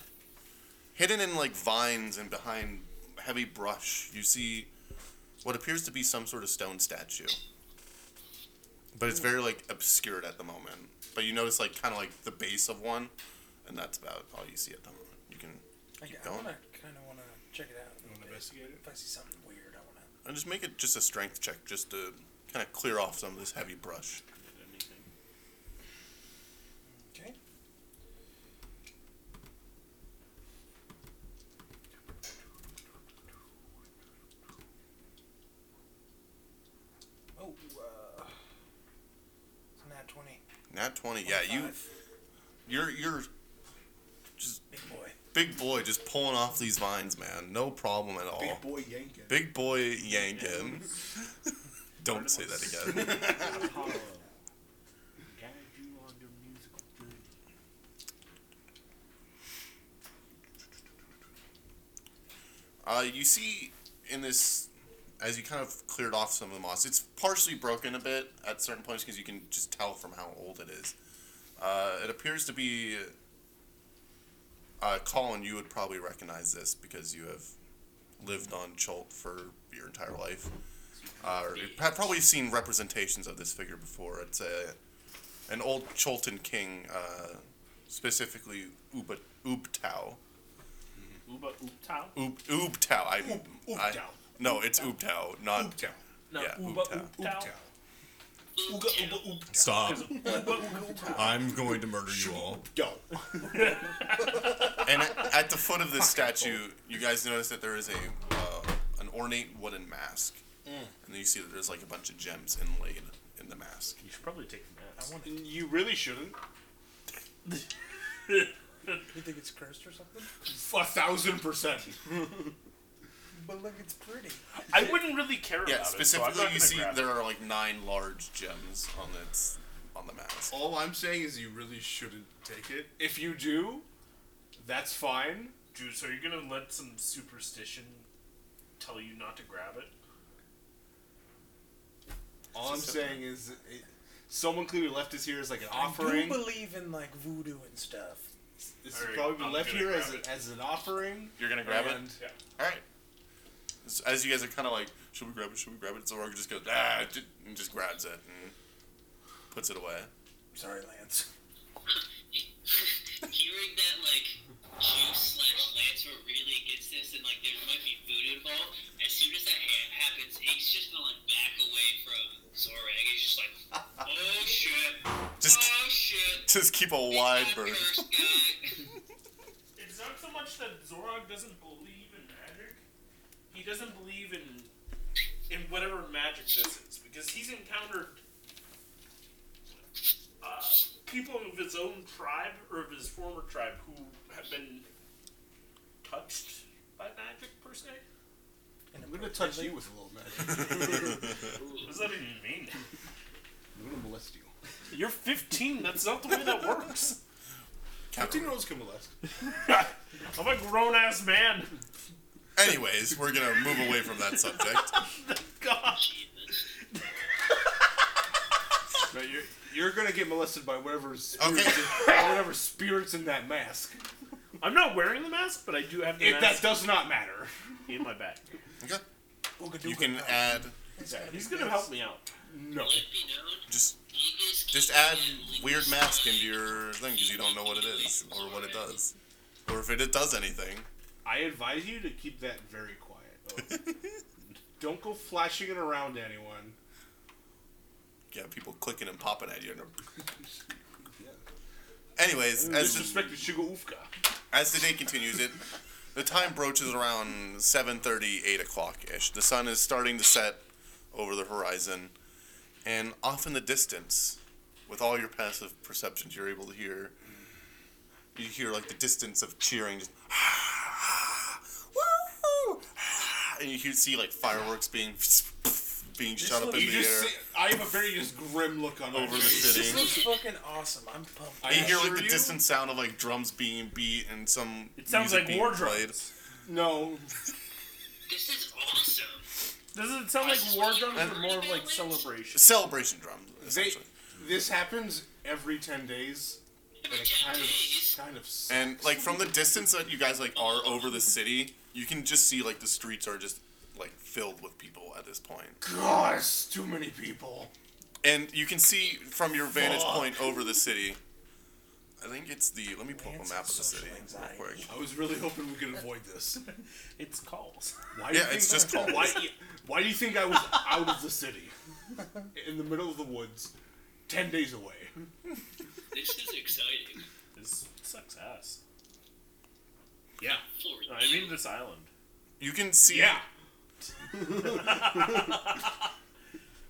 [SPEAKER 3] hidden in like vines and behind heavy brush, you see what appears to be some sort of stone statue. But it's very like obscured at the moment. But you notice like kind of like the base of one, and that's about all you see at the moment. You can
[SPEAKER 2] I,
[SPEAKER 3] keep
[SPEAKER 2] I
[SPEAKER 3] going.
[SPEAKER 2] wanna kind of wanna check it out. a little bit.
[SPEAKER 7] investigate it?
[SPEAKER 2] If I see something weird, I wanna.
[SPEAKER 3] and uh, just make it just a strength check, just to kind of clear off some of this heavy brush.
[SPEAKER 2] Okay. Oh, uh, it's not twenty.
[SPEAKER 3] Nat 20. Yeah, you
[SPEAKER 2] Five.
[SPEAKER 3] you're you're just
[SPEAKER 2] big boy.
[SPEAKER 3] Big boy just pulling off these vines, man. No problem at all.
[SPEAKER 7] Oh. Big boy yanking.
[SPEAKER 3] Big boy yanking. Don't say that again. Uh, you see in this, as you kind of cleared off some of the moss, it's partially broken a bit at certain points because you can just tell from how old it is. Uh, it appears to be. Uh, Colin, you would probably recognize this because you have lived on Chult for your entire life. Uh, or you've prob- probably seen representations of this figure before. It's a, an old Cholton king, uh, specifically Uba, Ubtau.
[SPEAKER 6] Uba Utah.
[SPEAKER 3] Oob, Oobtow. I,
[SPEAKER 7] Oob-
[SPEAKER 3] I-
[SPEAKER 7] Oobtow.
[SPEAKER 3] no, it's Oobtow, not
[SPEAKER 7] Ooptown.
[SPEAKER 6] No,
[SPEAKER 3] Yeah,
[SPEAKER 6] Uba
[SPEAKER 3] Ooptow.
[SPEAKER 6] Utah.
[SPEAKER 7] Ooga ooga oop.
[SPEAKER 3] stop.
[SPEAKER 6] Uba
[SPEAKER 3] I'm going to murder you all.
[SPEAKER 7] Go.
[SPEAKER 3] And at, at the foot of this statue, you guys notice that there is a uh, an ornate wooden mask, and then you see that there's like a bunch of gems inlaid in the mask.
[SPEAKER 6] You should probably take the mask.
[SPEAKER 7] You really shouldn't.
[SPEAKER 2] You think it's cursed or something?
[SPEAKER 7] A thousand percent.
[SPEAKER 2] But look, it's pretty.
[SPEAKER 6] I wouldn't really care about
[SPEAKER 3] Yeah,
[SPEAKER 6] it.
[SPEAKER 3] specifically,
[SPEAKER 6] so I'm not
[SPEAKER 3] you
[SPEAKER 6] gonna
[SPEAKER 3] see
[SPEAKER 6] grab
[SPEAKER 3] there are like nine large gems on its on the mask.
[SPEAKER 7] All I'm saying is you really shouldn't take it. If you do, that's fine.
[SPEAKER 6] it. Dude, so you're gonna let some superstition tell you not to grab it?
[SPEAKER 7] All I'm saying is, it, Someone clearly left this here as like an
[SPEAKER 2] I
[SPEAKER 7] offering.
[SPEAKER 2] do believe in like voodoo and stuff.
[SPEAKER 7] This
[SPEAKER 6] All
[SPEAKER 7] has
[SPEAKER 6] right,
[SPEAKER 7] probably been
[SPEAKER 6] I'm
[SPEAKER 7] left
[SPEAKER 6] gonna
[SPEAKER 7] here
[SPEAKER 6] grab
[SPEAKER 7] as,
[SPEAKER 6] it.
[SPEAKER 7] a, as an offering.
[SPEAKER 3] You're gonna grab it.
[SPEAKER 7] and
[SPEAKER 6] Yeah.
[SPEAKER 3] All right. As, as you guys are kind of like, should we grab it? Should we grab it? So Zorg just goes ah, j- and just grabs it and puts it away.
[SPEAKER 2] Sorry, Lance.
[SPEAKER 4] Hearing that like juice slash Lancer really gets this and like there might be voodoo involved, as soon as that ha- happens, he's just gonna like back away from Zorag. He's just like, oh shit,
[SPEAKER 3] Just
[SPEAKER 4] oh shit.
[SPEAKER 3] Just keep a
[SPEAKER 4] It's
[SPEAKER 3] wide
[SPEAKER 4] my
[SPEAKER 3] berth.
[SPEAKER 4] first guy."
[SPEAKER 6] It's not so much that Zorog doesn't believe in magic. He doesn't believe in in whatever magic this is because he's encountered uh, people of his own tribe or of his former tribe who have been touched by magic per se.
[SPEAKER 2] And
[SPEAKER 7] I'm gonna touch you with a little magic.
[SPEAKER 6] What does that even mean?
[SPEAKER 7] I'm gonna molest you.
[SPEAKER 6] You're 15. That's not the way that works.
[SPEAKER 7] Fifteen year olds can molest.
[SPEAKER 6] I'm a grown ass man.
[SPEAKER 3] Anyways, we're gonna move away from that subject.
[SPEAKER 6] Gosh.
[SPEAKER 7] Right, you're, you're gonna get molested by whatever spirits,
[SPEAKER 3] Okay.
[SPEAKER 7] whatever spirits in that mask.
[SPEAKER 6] I'm not wearing the mask, but I do have the
[SPEAKER 7] If that
[SPEAKER 6] mask
[SPEAKER 7] does not matter.
[SPEAKER 6] in my bag.
[SPEAKER 3] Okay. You can add
[SPEAKER 6] He's gonna help me out.
[SPEAKER 7] No.
[SPEAKER 4] Let it be known,
[SPEAKER 3] just
[SPEAKER 4] he just
[SPEAKER 3] just
[SPEAKER 4] keeps
[SPEAKER 3] add
[SPEAKER 4] that legal
[SPEAKER 3] weird mask
[SPEAKER 4] side.
[SPEAKER 3] into your thing because you don't know what it is or what it does or if it, it does anything.
[SPEAKER 7] I advise you to keep that very quiet. Oh. Don't go flashing it around to anyone.
[SPEAKER 3] Yeah, people clicking and popping at you.
[SPEAKER 7] Yeah.
[SPEAKER 3] Anyways, as the,
[SPEAKER 7] Disrespect to Shigoufka.
[SPEAKER 3] as the day continues, it the time broaches around 7:30, 8 o'clock ish. The sun is starting to set over the horizon, and off in the distance, with all your passive perceptions, you're able to hear. You hear like the distance of cheering, just, woo, ah," and you hear, see like fireworks being being shot up in
[SPEAKER 7] You
[SPEAKER 3] the air.
[SPEAKER 7] just see, I have a very just grim look on
[SPEAKER 3] Over
[SPEAKER 7] my
[SPEAKER 3] the
[SPEAKER 7] face.
[SPEAKER 3] city.
[SPEAKER 2] This looks fucking awesome. I'm pumped.
[SPEAKER 7] I
[SPEAKER 3] you hear like
[SPEAKER 7] assure
[SPEAKER 3] the
[SPEAKER 7] you-
[SPEAKER 3] distant sound of like drums being beat and some.
[SPEAKER 6] It sounds
[SPEAKER 3] music
[SPEAKER 6] like
[SPEAKER 3] being
[SPEAKER 6] war
[SPEAKER 3] played.
[SPEAKER 6] drums.
[SPEAKER 7] No,
[SPEAKER 4] This is awesome.
[SPEAKER 6] Doesn't it sound like war drums or more of like celebration?
[SPEAKER 3] Celebration drums.
[SPEAKER 7] they,
[SPEAKER 3] essentially.
[SPEAKER 7] this happens every ten days, and it kind of kind of sucks.
[SPEAKER 3] And like from the distance that you guys like are over the city, you can just see like the streets are just like filled with people at this point.
[SPEAKER 7] God, it's too many people.
[SPEAKER 3] And you can see from your vantage point over the city. I think it's the. Let me pull up a
[SPEAKER 2] Lance
[SPEAKER 3] map of
[SPEAKER 2] has
[SPEAKER 3] the city
[SPEAKER 2] social
[SPEAKER 3] real
[SPEAKER 2] anxiety.
[SPEAKER 3] quick.
[SPEAKER 7] I was really hoping we could avoid this.
[SPEAKER 6] It's calls.
[SPEAKER 7] Why do you
[SPEAKER 3] Yeah,
[SPEAKER 7] think
[SPEAKER 3] it's just
[SPEAKER 7] that-
[SPEAKER 3] called-
[SPEAKER 7] Why, why do you think I was out of the city, in the middle of the woods, ten days away?
[SPEAKER 4] This is exciting.
[SPEAKER 6] This sucks ass.
[SPEAKER 7] Yeah.
[SPEAKER 4] For
[SPEAKER 6] I mean this island.
[SPEAKER 3] You can see.
[SPEAKER 7] Yeah.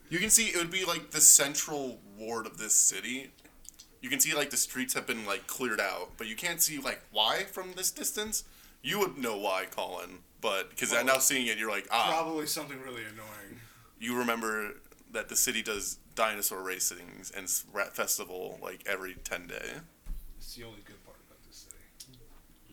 [SPEAKER 3] You can see it would be like the central ward of this city. You can see like the streets have been like cleared out, but you can't see like why from this distance. You would know why, Colin, but because now seeing it, you're like, ah,
[SPEAKER 7] Probably something really annoying.
[SPEAKER 3] you remember that the city does dinosaur racings and s- rat festival like every 10 day
[SPEAKER 7] It's the only good part about this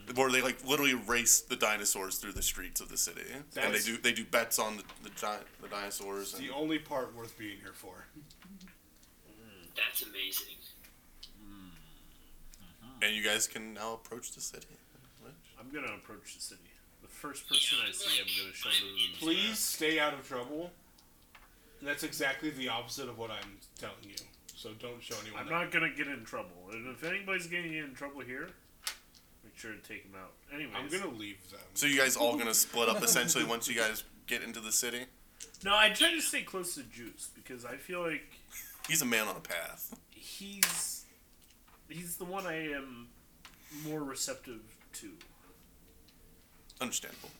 [SPEAKER 7] city.
[SPEAKER 3] where they like literally race the dinosaurs through the streets of the city and they
[SPEAKER 7] That's-
[SPEAKER 3] do they do bets on the the, di- the dinosaurs
[SPEAKER 7] It's
[SPEAKER 3] and
[SPEAKER 7] the only part worth being here for.
[SPEAKER 4] That's amazing.
[SPEAKER 3] and you guys can now approach the city
[SPEAKER 6] I'm gonna approach the city. The first person I see, I'm gonna show them.
[SPEAKER 7] Please stay out of trouble. That's exactly the opposite of what I'm telling you. So don't show anyone.
[SPEAKER 6] I'm
[SPEAKER 7] that.
[SPEAKER 6] not gonna get in trouble. And if anybody's getting in trouble here, make sure to take him out. Anyways,
[SPEAKER 7] I'm gonna leave them.
[SPEAKER 3] so you guys all gonna split up essentially once you guys get into the city
[SPEAKER 6] No, I try to stay close to Juice because I feel like
[SPEAKER 3] he's a man on a path
[SPEAKER 6] he's he's the one I am more receptive to.
[SPEAKER 3] understandable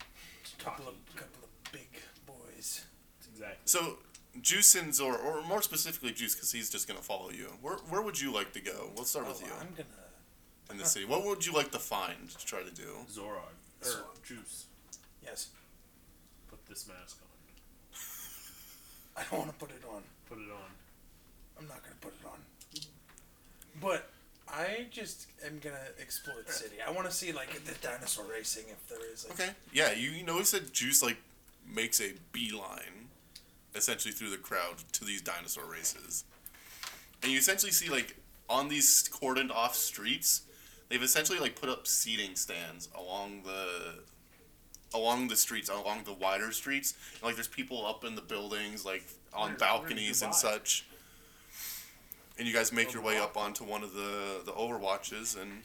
[SPEAKER 2] couple of couple of big boys.
[SPEAKER 6] Exactly.
[SPEAKER 3] so juice and zor or more specifically juice because he's just gonna follow you where, where would you like to go we'll start
[SPEAKER 2] Oh,
[SPEAKER 3] with you
[SPEAKER 2] I'm gonna.
[SPEAKER 3] in the city what would you like to find to try to do
[SPEAKER 6] Zorog or
[SPEAKER 2] Zorog.
[SPEAKER 6] Juice,
[SPEAKER 2] Yes,
[SPEAKER 6] put this mask on.
[SPEAKER 2] I don't want to put it on.
[SPEAKER 6] Put it on.
[SPEAKER 2] I'm not gonna put it on. But I just am gonna explore the city. I want to see like the dinosaur racing if there is. Like,
[SPEAKER 3] Okay. Yeah, you, you notice that Juice like makes a beeline, essentially through the crowd to these dinosaur races, and you essentially see like on these cordoned off streets, they've essentially like put up seating stands along the along the streets, along the wider streets. And, like there's people up in the buildings, like on
[SPEAKER 6] Where-
[SPEAKER 3] balconies and
[SPEAKER 6] where's Dubai?
[SPEAKER 3] such. And you guys make your way up onto one of the the overwatches and you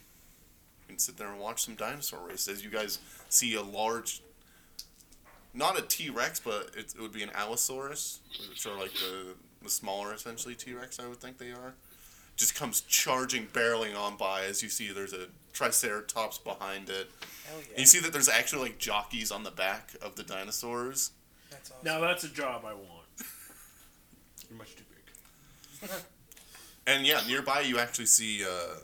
[SPEAKER 3] can sit there and watch some dinosaur races. You guys see a large not a T Rex, but it, it would be an Allosaurus, which are like the, the smaller, essentially T Rex, I would think they are. Just comes charging, barreling on by as you see there's a Triceratops behind it.
[SPEAKER 2] Hell
[SPEAKER 3] And
[SPEAKER 2] yeah.
[SPEAKER 3] you see that there's actually like jockeys on the back of the dinosaurs.
[SPEAKER 2] That's awesome.
[SPEAKER 6] Now that's a job I want.
[SPEAKER 7] You're much too big.
[SPEAKER 3] And yeah, nearby you actually see uh,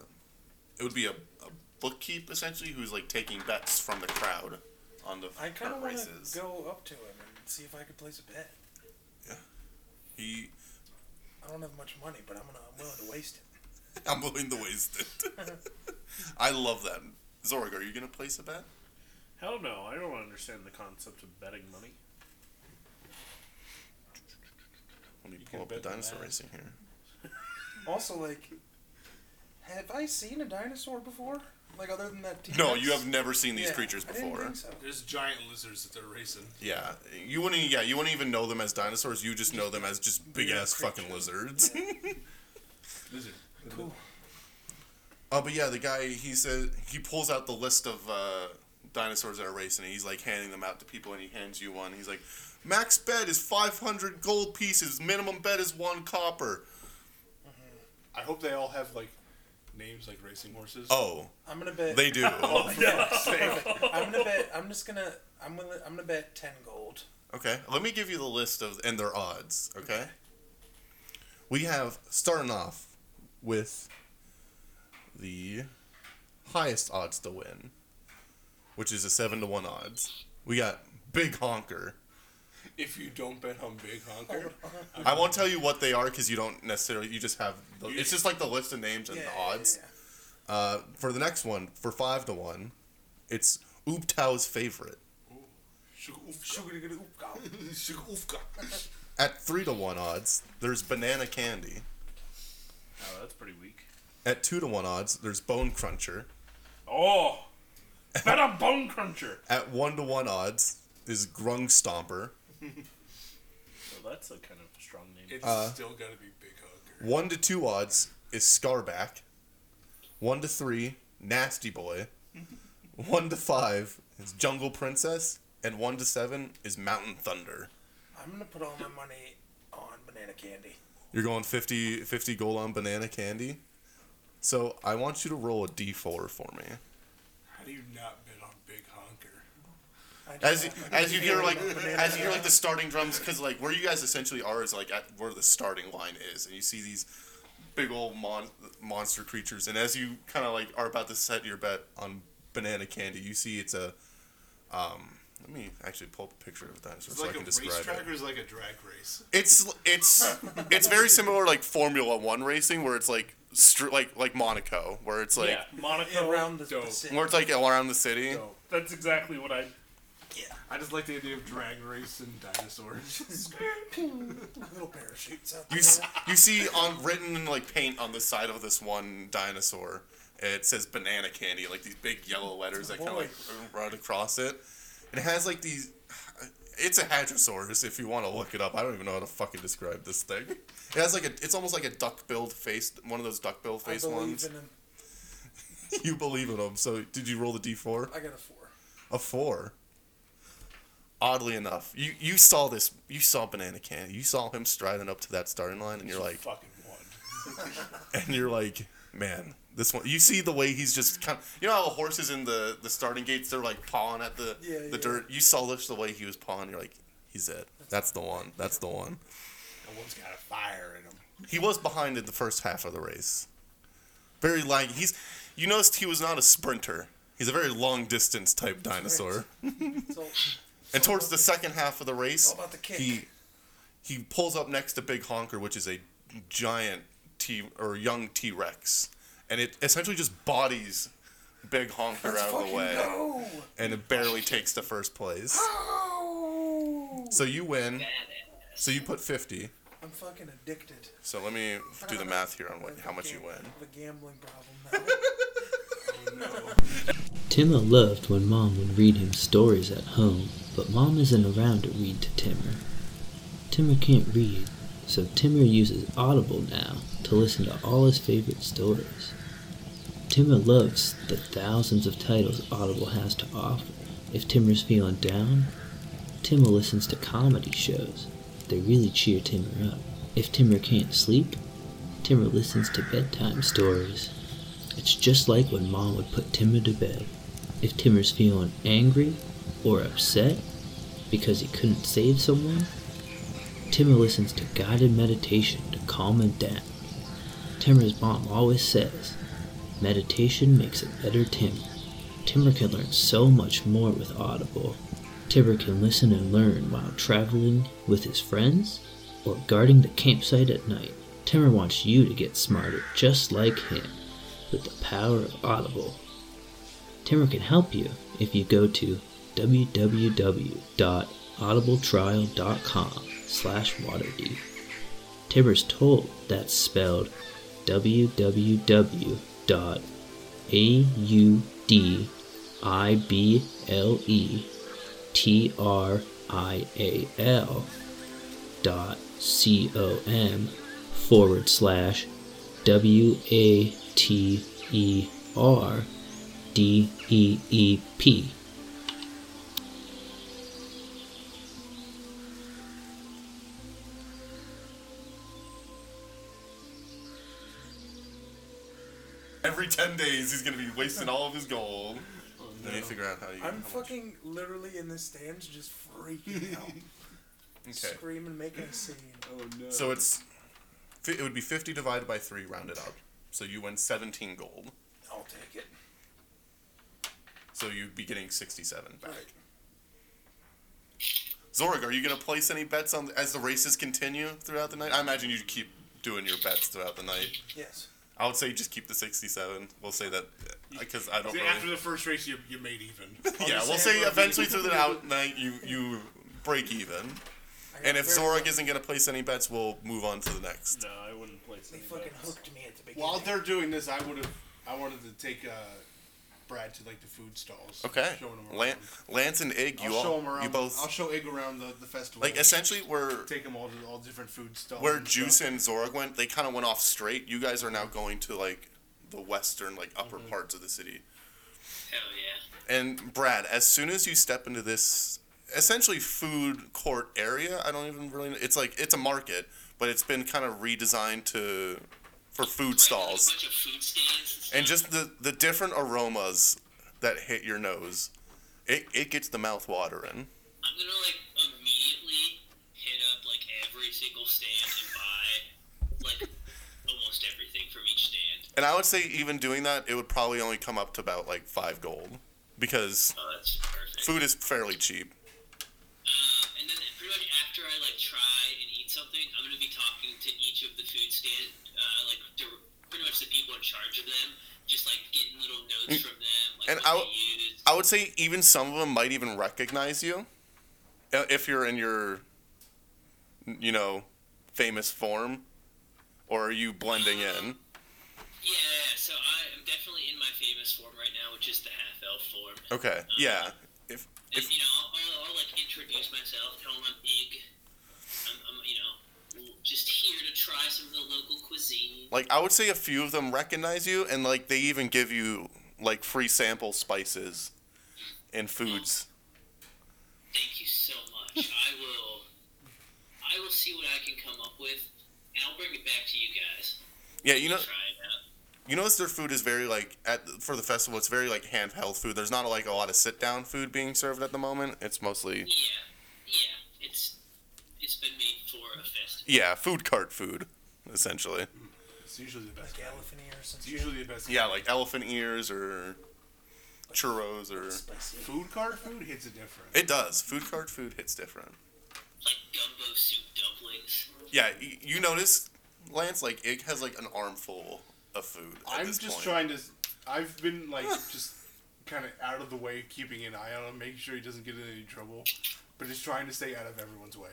[SPEAKER 3] it would be a, a bookkeep essentially who's like taking bets from the crowd on the
[SPEAKER 2] I kind of
[SPEAKER 3] different
[SPEAKER 2] want
[SPEAKER 3] races.
[SPEAKER 2] to go up to him and see if I can place a bet.
[SPEAKER 3] He,
[SPEAKER 2] I don't have much money, but I'm gonna I'm willing to waste it.
[SPEAKER 3] I'm willing to waste it. I love that. Zorg, are you gonna place a bet?
[SPEAKER 6] Hell no, I don't understand the concept of betting money.
[SPEAKER 3] Let me
[SPEAKER 7] You
[SPEAKER 3] pull
[SPEAKER 7] can
[SPEAKER 3] up the
[SPEAKER 7] bet on
[SPEAKER 3] dinosaur
[SPEAKER 7] that.
[SPEAKER 3] racing here.
[SPEAKER 2] Also, like, have I seen a dinosaur before? Like, other than that. T-Rex?
[SPEAKER 3] No, you have never seen these
[SPEAKER 2] Yeah,
[SPEAKER 3] creatures
[SPEAKER 2] I didn't
[SPEAKER 3] before.
[SPEAKER 2] think so.
[SPEAKER 7] There's giant lizards that they're racing.
[SPEAKER 3] Yeah, you wouldn't. Yeah, you wouldn't even know them as dinosaurs. You just know them as just big ass fucking lizards.
[SPEAKER 7] Lizard.
[SPEAKER 2] Cool.
[SPEAKER 3] Oh, but yeah, the guy he says he pulls out the list of uh, dinosaurs that are racing, and he's like handing them out to people, and he hands you one. He's like, "Max bet is five hundred gold pieces. Minimum bet is one copper."
[SPEAKER 7] I hope they all have like names like racing horses.
[SPEAKER 3] Oh,
[SPEAKER 2] I'm gonna bet.
[SPEAKER 3] they do.
[SPEAKER 2] I'm gonna bet. I'm just gonna. I'm gonna. I'm gonna bet ten gold.
[SPEAKER 3] Okay, let me give you the list of and their odds. Okay, we have starting off with the highest odds to win, which is a seven to one odds. We got Big Honker.
[SPEAKER 7] If you don't bet on Big Honker,
[SPEAKER 3] I won't tell you what they are because you don't necessarily. You just have. The,
[SPEAKER 7] You
[SPEAKER 3] it's just like the list of names and
[SPEAKER 2] Yeah,
[SPEAKER 3] the odds.
[SPEAKER 2] yeah,
[SPEAKER 3] Uh, for the next one, for five to one, it's Ooptao's favorite.
[SPEAKER 7] Shugufka.
[SPEAKER 2] yeah.
[SPEAKER 7] Shugufka.
[SPEAKER 3] At three to one odds, there's Banana Candy.
[SPEAKER 6] Oh, that's pretty weak.
[SPEAKER 3] At two to one odds, there's Bone Cruncher.
[SPEAKER 6] Oh! Bet on Bone Cruncher!
[SPEAKER 3] At one to one odds is Grung Stomper.
[SPEAKER 6] Oh, that's a kind of strong name.
[SPEAKER 7] It's still gotta be Big Honker.
[SPEAKER 3] One to two odds is Scarback. One to three, Nasty Boy. One to five is Jungle Princess, and one to seven is Mountain Thunder.
[SPEAKER 2] I'm gonna put all my money on banana candy.
[SPEAKER 3] You're going 50, 50 gold on banana candy. So I want you to roll a d4 for me.
[SPEAKER 7] How do you not bet on Big Honker?
[SPEAKER 2] I just
[SPEAKER 3] As you,
[SPEAKER 2] want my
[SPEAKER 3] as you hear like
[SPEAKER 2] banana
[SPEAKER 3] as you hear like the starting drums, because like where you guys essentially are is like at where the starting line is, and you see these big old mon- monster creatures. And as you kind of like are about to set your bet on banana candy, you see it's a. Um, let me actually pull up a picture of a dinosaur
[SPEAKER 7] It's
[SPEAKER 3] so I
[SPEAKER 7] like a
[SPEAKER 3] can describe
[SPEAKER 7] racetrack
[SPEAKER 3] it.
[SPEAKER 7] or is it like a drag race?
[SPEAKER 3] It's it's it's very similar like Formula One racing where it's like str- like like Monaco where it's like
[SPEAKER 6] yeah, Monaco.
[SPEAKER 2] around the, the
[SPEAKER 7] Dope.
[SPEAKER 2] city.
[SPEAKER 3] where it's like all around the city.
[SPEAKER 7] No.
[SPEAKER 6] That's exactly what I.
[SPEAKER 7] I just like the idea of drag race and dinosaurs.
[SPEAKER 2] Little parachutes out
[SPEAKER 3] You
[SPEAKER 2] there.
[SPEAKER 3] s- you see on written in like paint on the side of this one dinosaur. It says banana candy, like these big yellow letters that kind of like run across it. And it has like these. It's a hadrosaurus if you want to look it up. I don't even know how to fucking describe this thing. It has like a. It's almost like a duck-billed face, one of those duck-billed
[SPEAKER 2] I
[SPEAKER 3] face
[SPEAKER 2] believe
[SPEAKER 3] ones.
[SPEAKER 2] in him.
[SPEAKER 3] you believe in them. So did you roll the d4?
[SPEAKER 2] I got a four.
[SPEAKER 3] a four. Oddly enough, you you saw this, you saw Banana Candy, you saw him striding up to that starting line, and you're like,
[SPEAKER 7] fucking one.
[SPEAKER 3] and you're like, man, this one. You see the way he's just kind. Of, you know how horses in the the starting gates, they're like pawing at the
[SPEAKER 2] Yeah,
[SPEAKER 3] the
[SPEAKER 2] yeah.
[SPEAKER 3] dirt. You saw this the way he was pawing. You're like, he's it. That's the one. That's the one.
[SPEAKER 7] And one's got a fire in him.
[SPEAKER 3] He was behind in the first half of the race. Very laggy. He's. You noticed he was not a sprinter. He's a very long distance type dinosaur.
[SPEAKER 2] So
[SPEAKER 3] And towards the second half of the race,
[SPEAKER 2] All Oh, about the kick.
[SPEAKER 3] he he pulls up next to Big Honker, which is a giant T or young T Rex, and it essentially just bodies Big Honker out of the
[SPEAKER 2] fucking
[SPEAKER 3] way,
[SPEAKER 2] go.
[SPEAKER 3] and it barely takes the first place.
[SPEAKER 2] Oh.
[SPEAKER 3] So you win.
[SPEAKER 4] Badass.
[SPEAKER 3] So you put fifty.
[SPEAKER 2] I'm fucking addicted.
[SPEAKER 3] So let me do the math here on what how much you win.
[SPEAKER 2] The gambling problem.
[SPEAKER 10] Timmer loved when Mom would read him stories at home, but Mom isn't around to read to Timmer. Timmer can't read, so Timmer uses Audible now to listen to all his favorite stories. Timmer loves the thousands of titles Audible has to offer. If Timmer's feeling down, Timmer listens to comedy shows. They really cheer Timmer up. If Timmer can't sleep, Timmer listens to bedtime stories. It's just like when mom would put Timmer to bed. If Timmer's feeling angry or upset because he couldn't save someone, Timmer listens to guided meditation to calm him down. Timmer's mom always says, meditation makes a better Timmer. Timmer can learn so much more with Audible. Timmer can listen and learn while traveling with his friends or guarding the campsite at night. Timmer wants you to get smarter just like him with the power of Audible. Timmer can help you if you go to www.audibletrial.com slash waterdeep. Timmer's told that's spelled www.audible.trial dot com forward slash W A T E R D E E P.
[SPEAKER 3] Every ten days, he's gonna be wasting all of his gold. Let me figure out how you.
[SPEAKER 2] I'm fucking literally in the stands just freaking out.
[SPEAKER 3] Okay.
[SPEAKER 2] Screaming, making a scene.
[SPEAKER 9] Oh no.
[SPEAKER 3] So it's fi- it would be fifty divided by three, rounded up. So you win seventeen gold.
[SPEAKER 2] I'll take it.
[SPEAKER 3] So you'd be getting sixty-seven back. Zorg, are you gonna place any bets on as the races continue throughout the night? I imagine you keep doing your bets throughout the night.
[SPEAKER 2] Yes.
[SPEAKER 3] I would say just keep the sixty-seven. We'll say that because I don't.
[SPEAKER 9] Then
[SPEAKER 3] Really...
[SPEAKER 9] after the first race, you, you made even.
[SPEAKER 3] yeah,
[SPEAKER 2] just
[SPEAKER 3] we'll
[SPEAKER 2] say
[SPEAKER 3] say
[SPEAKER 2] it would be-
[SPEAKER 3] eventually through the out night you you break even.
[SPEAKER 2] I got
[SPEAKER 3] And if
[SPEAKER 2] very
[SPEAKER 3] Zorg
[SPEAKER 2] lucky.
[SPEAKER 3] isn't gonna place any bets, we'll move on to the next.
[SPEAKER 6] No, I wouldn't place
[SPEAKER 2] They
[SPEAKER 6] any
[SPEAKER 2] fucking
[SPEAKER 6] bets.
[SPEAKER 2] hooked me at the beginning.
[SPEAKER 9] While they're doing this, I would have. I wanted to take uh, Brad to like the food stalls.
[SPEAKER 3] Okay.
[SPEAKER 9] Showing him around.
[SPEAKER 3] Lan- Lance and Ig,
[SPEAKER 9] I'll
[SPEAKER 3] you
[SPEAKER 9] show
[SPEAKER 3] all
[SPEAKER 9] him around.
[SPEAKER 3] you both
[SPEAKER 9] I'll show Ig around the, the festival.
[SPEAKER 3] like essentially we're
[SPEAKER 9] take him all to all different food stalls.
[SPEAKER 3] where
[SPEAKER 9] and
[SPEAKER 3] Juice
[SPEAKER 9] stuff.
[SPEAKER 3] and Zorg went, they kind of went off straight. You guys are now going to like the western, like upper parts of the city.
[SPEAKER 4] Hell yeah.
[SPEAKER 3] And Brad, as soon as you step into this essentially food court area, I don't even really. It's like it's a market, but it's been kind of redesigned to for food
[SPEAKER 4] Like,
[SPEAKER 3] stalls
[SPEAKER 4] a bunch of food stands.
[SPEAKER 3] and just the the different aromas that hit your nose. It it gets the mouth watering.
[SPEAKER 4] I'm gonna like immediately hit up like every single stand and buy like almost everything from each stand.
[SPEAKER 3] And I would say even doing that, it would probably only come up to about like five gold because
[SPEAKER 4] Oh, that's perfect.
[SPEAKER 3] food is fairly cheap.
[SPEAKER 4] Um, and then pretty much after I like try and eat something, I'm gonna be talking to each of the food stand, uh, like the, pretty much the people in charge of them, just like getting little notes from them, like
[SPEAKER 3] Mm. And I-
[SPEAKER 4] what they use.
[SPEAKER 3] I would say even some of them might even recognize you uh, if you're in your, you know, famous form, or are you blending in?
[SPEAKER 4] Yeah, yeah, so I am definitely in my famous form right now, which is the half elf form.
[SPEAKER 3] Okay, yeah. If
[SPEAKER 4] And,
[SPEAKER 3] if
[SPEAKER 4] you know, I'll, I'll, I'll like introduce myself, tell them I'm big. I'm, I'm, you know, just here to try some of the local cuisine.
[SPEAKER 3] like, I would say a few of them recognize you, and like they even give you like free sample spices and foods.
[SPEAKER 4] Thank you so much. I will, I will see what I can come up with, and I'll bring it back to you guys.
[SPEAKER 3] Yeah, you know,
[SPEAKER 4] Try it out.
[SPEAKER 3] you notice their food is very like at for the festival. It's very like handheld food. There's not like a lot of sit down food being served at the moment. It's mostly
[SPEAKER 4] Yeah, yeah. It's it's been made for a festival.
[SPEAKER 3] yeah, food cart food, essentially.
[SPEAKER 9] It's usually the best.
[SPEAKER 2] Like
[SPEAKER 9] kind.
[SPEAKER 2] elephant ears and
[SPEAKER 9] It's usually the best.
[SPEAKER 3] Yeah, like elephant ears or churros or
[SPEAKER 2] spicy.
[SPEAKER 9] Food cart food hits it different.
[SPEAKER 3] it does. Food cart food hits different.
[SPEAKER 4] Like gumbo soup dumplings.
[SPEAKER 3] Yeah, y- you notice Lance like it has like an armful of food. at
[SPEAKER 9] I'm
[SPEAKER 3] this
[SPEAKER 9] just
[SPEAKER 3] point.
[SPEAKER 9] trying to. s- I've been like just kind of out of the way, keeping an eye on him, making sure he doesn't get in any trouble, but just trying to stay out of everyone's way.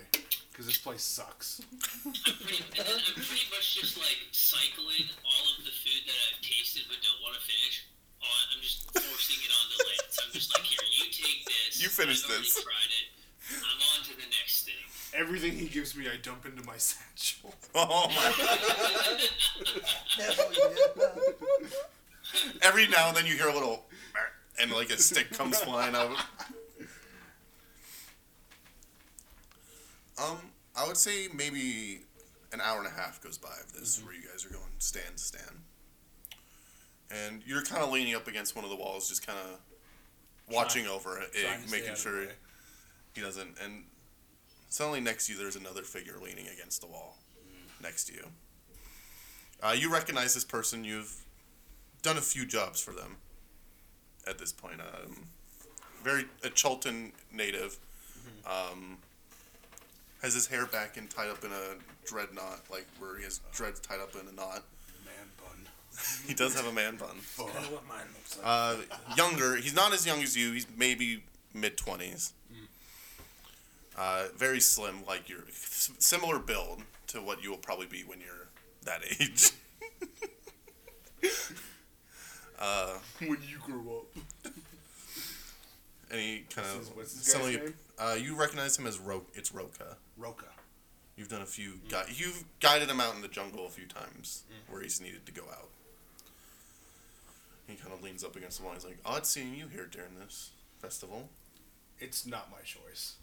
[SPEAKER 7] because this place sucks.
[SPEAKER 4] I'm pretty, and then I'm pretty much just like cycling all of the food that I've tasted but don't want to finish. On, I'm just forcing it onto Lance. I'm just like, here, you take this.
[SPEAKER 3] You finish
[SPEAKER 4] I've already
[SPEAKER 3] this."
[SPEAKER 4] Tried it. I'm on to the next thing.
[SPEAKER 7] Everything he gives me, I dump into my satchel.
[SPEAKER 3] Oh my! Every now and then you hear a little, and like a stick comes flying out. Um, I would say maybe an hour and a half goes by of this where you guys are going stand to stand, and you're kind of leaning up against one of the walls, just kind of watching over it,
[SPEAKER 9] trying to stay out
[SPEAKER 3] making
[SPEAKER 9] of
[SPEAKER 3] sure
[SPEAKER 9] the way.
[SPEAKER 3] he doesn't. And suddenly next to you, there's another figure leaning against the wall
[SPEAKER 9] Mm.
[SPEAKER 3] next to you. Uh, you recognize this person. You've done a few jobs for them at this point. Um, very a Chulton native.
[SPEAKER 7] Mm-hmm.
[SPEAKER 3] Um, has his hair back and tied up in a dread knot, like where he has dreads tied up in a knot.
[SPEAKER 9] Man bun.
[SPEAKER 3] He does have a man bun.
[SPEAKER 2] Kind of what mine looks like.
[SPEAKER 3] Uh, younger. He's not as young as you. He's maybe mid twenties.
[SPEAKER 7] Mm.
[SPEAKER 3] Uh, very slim, like your s- similar build to what you will probably be when you're that age.
[SPEAKER 7] when you grow up.
[SPEAKER 3] And he kind
[SPEAKER 7] This is-
[SPEAKER 3] of
[SPEAKER 7] what's this guy's
[SPEAKER 3] suddenly,
[SPEAKER 7] name?
[SPEAKER 3] uh, you recognize him as Ro. It's Roka.
[SPEAKER 7] Roka.
[SPEAKER 3] You've done a few. Gui- you've guided him out in the jungle a few times
[SPEAKER 7] Mm-hmm.
[SPEAKER 3] where he's needed to go out. He kind of leans up against the wall. He's like, "Odd seeing you here during this festival.
[SPEAKER 7] It's not my choice.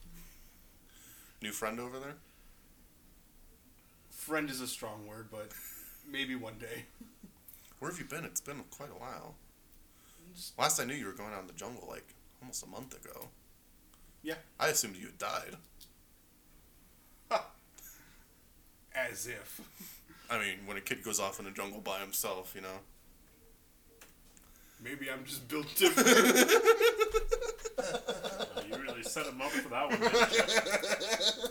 [SPEAKER 3] New friend over there."
[SPEAKER 7] Friend is a strong word, but maybe one day.
[SPEAKER 3] Where have you been? It's been quite a while. Last I knew, you were going out in the jungle like almost a month ago.
[SPEAKER 7] Yeah.
[SPEAKER 3] I assumed you had died.
[SPEAKER 7] As if.
[SPEAKER 3] I mean, when a kid goes off in the jungle by himself, you know.
[SPEAKER 7] Maybe I'm just built different.
[SPEAKER 6] You really set him up for that one. didn't you?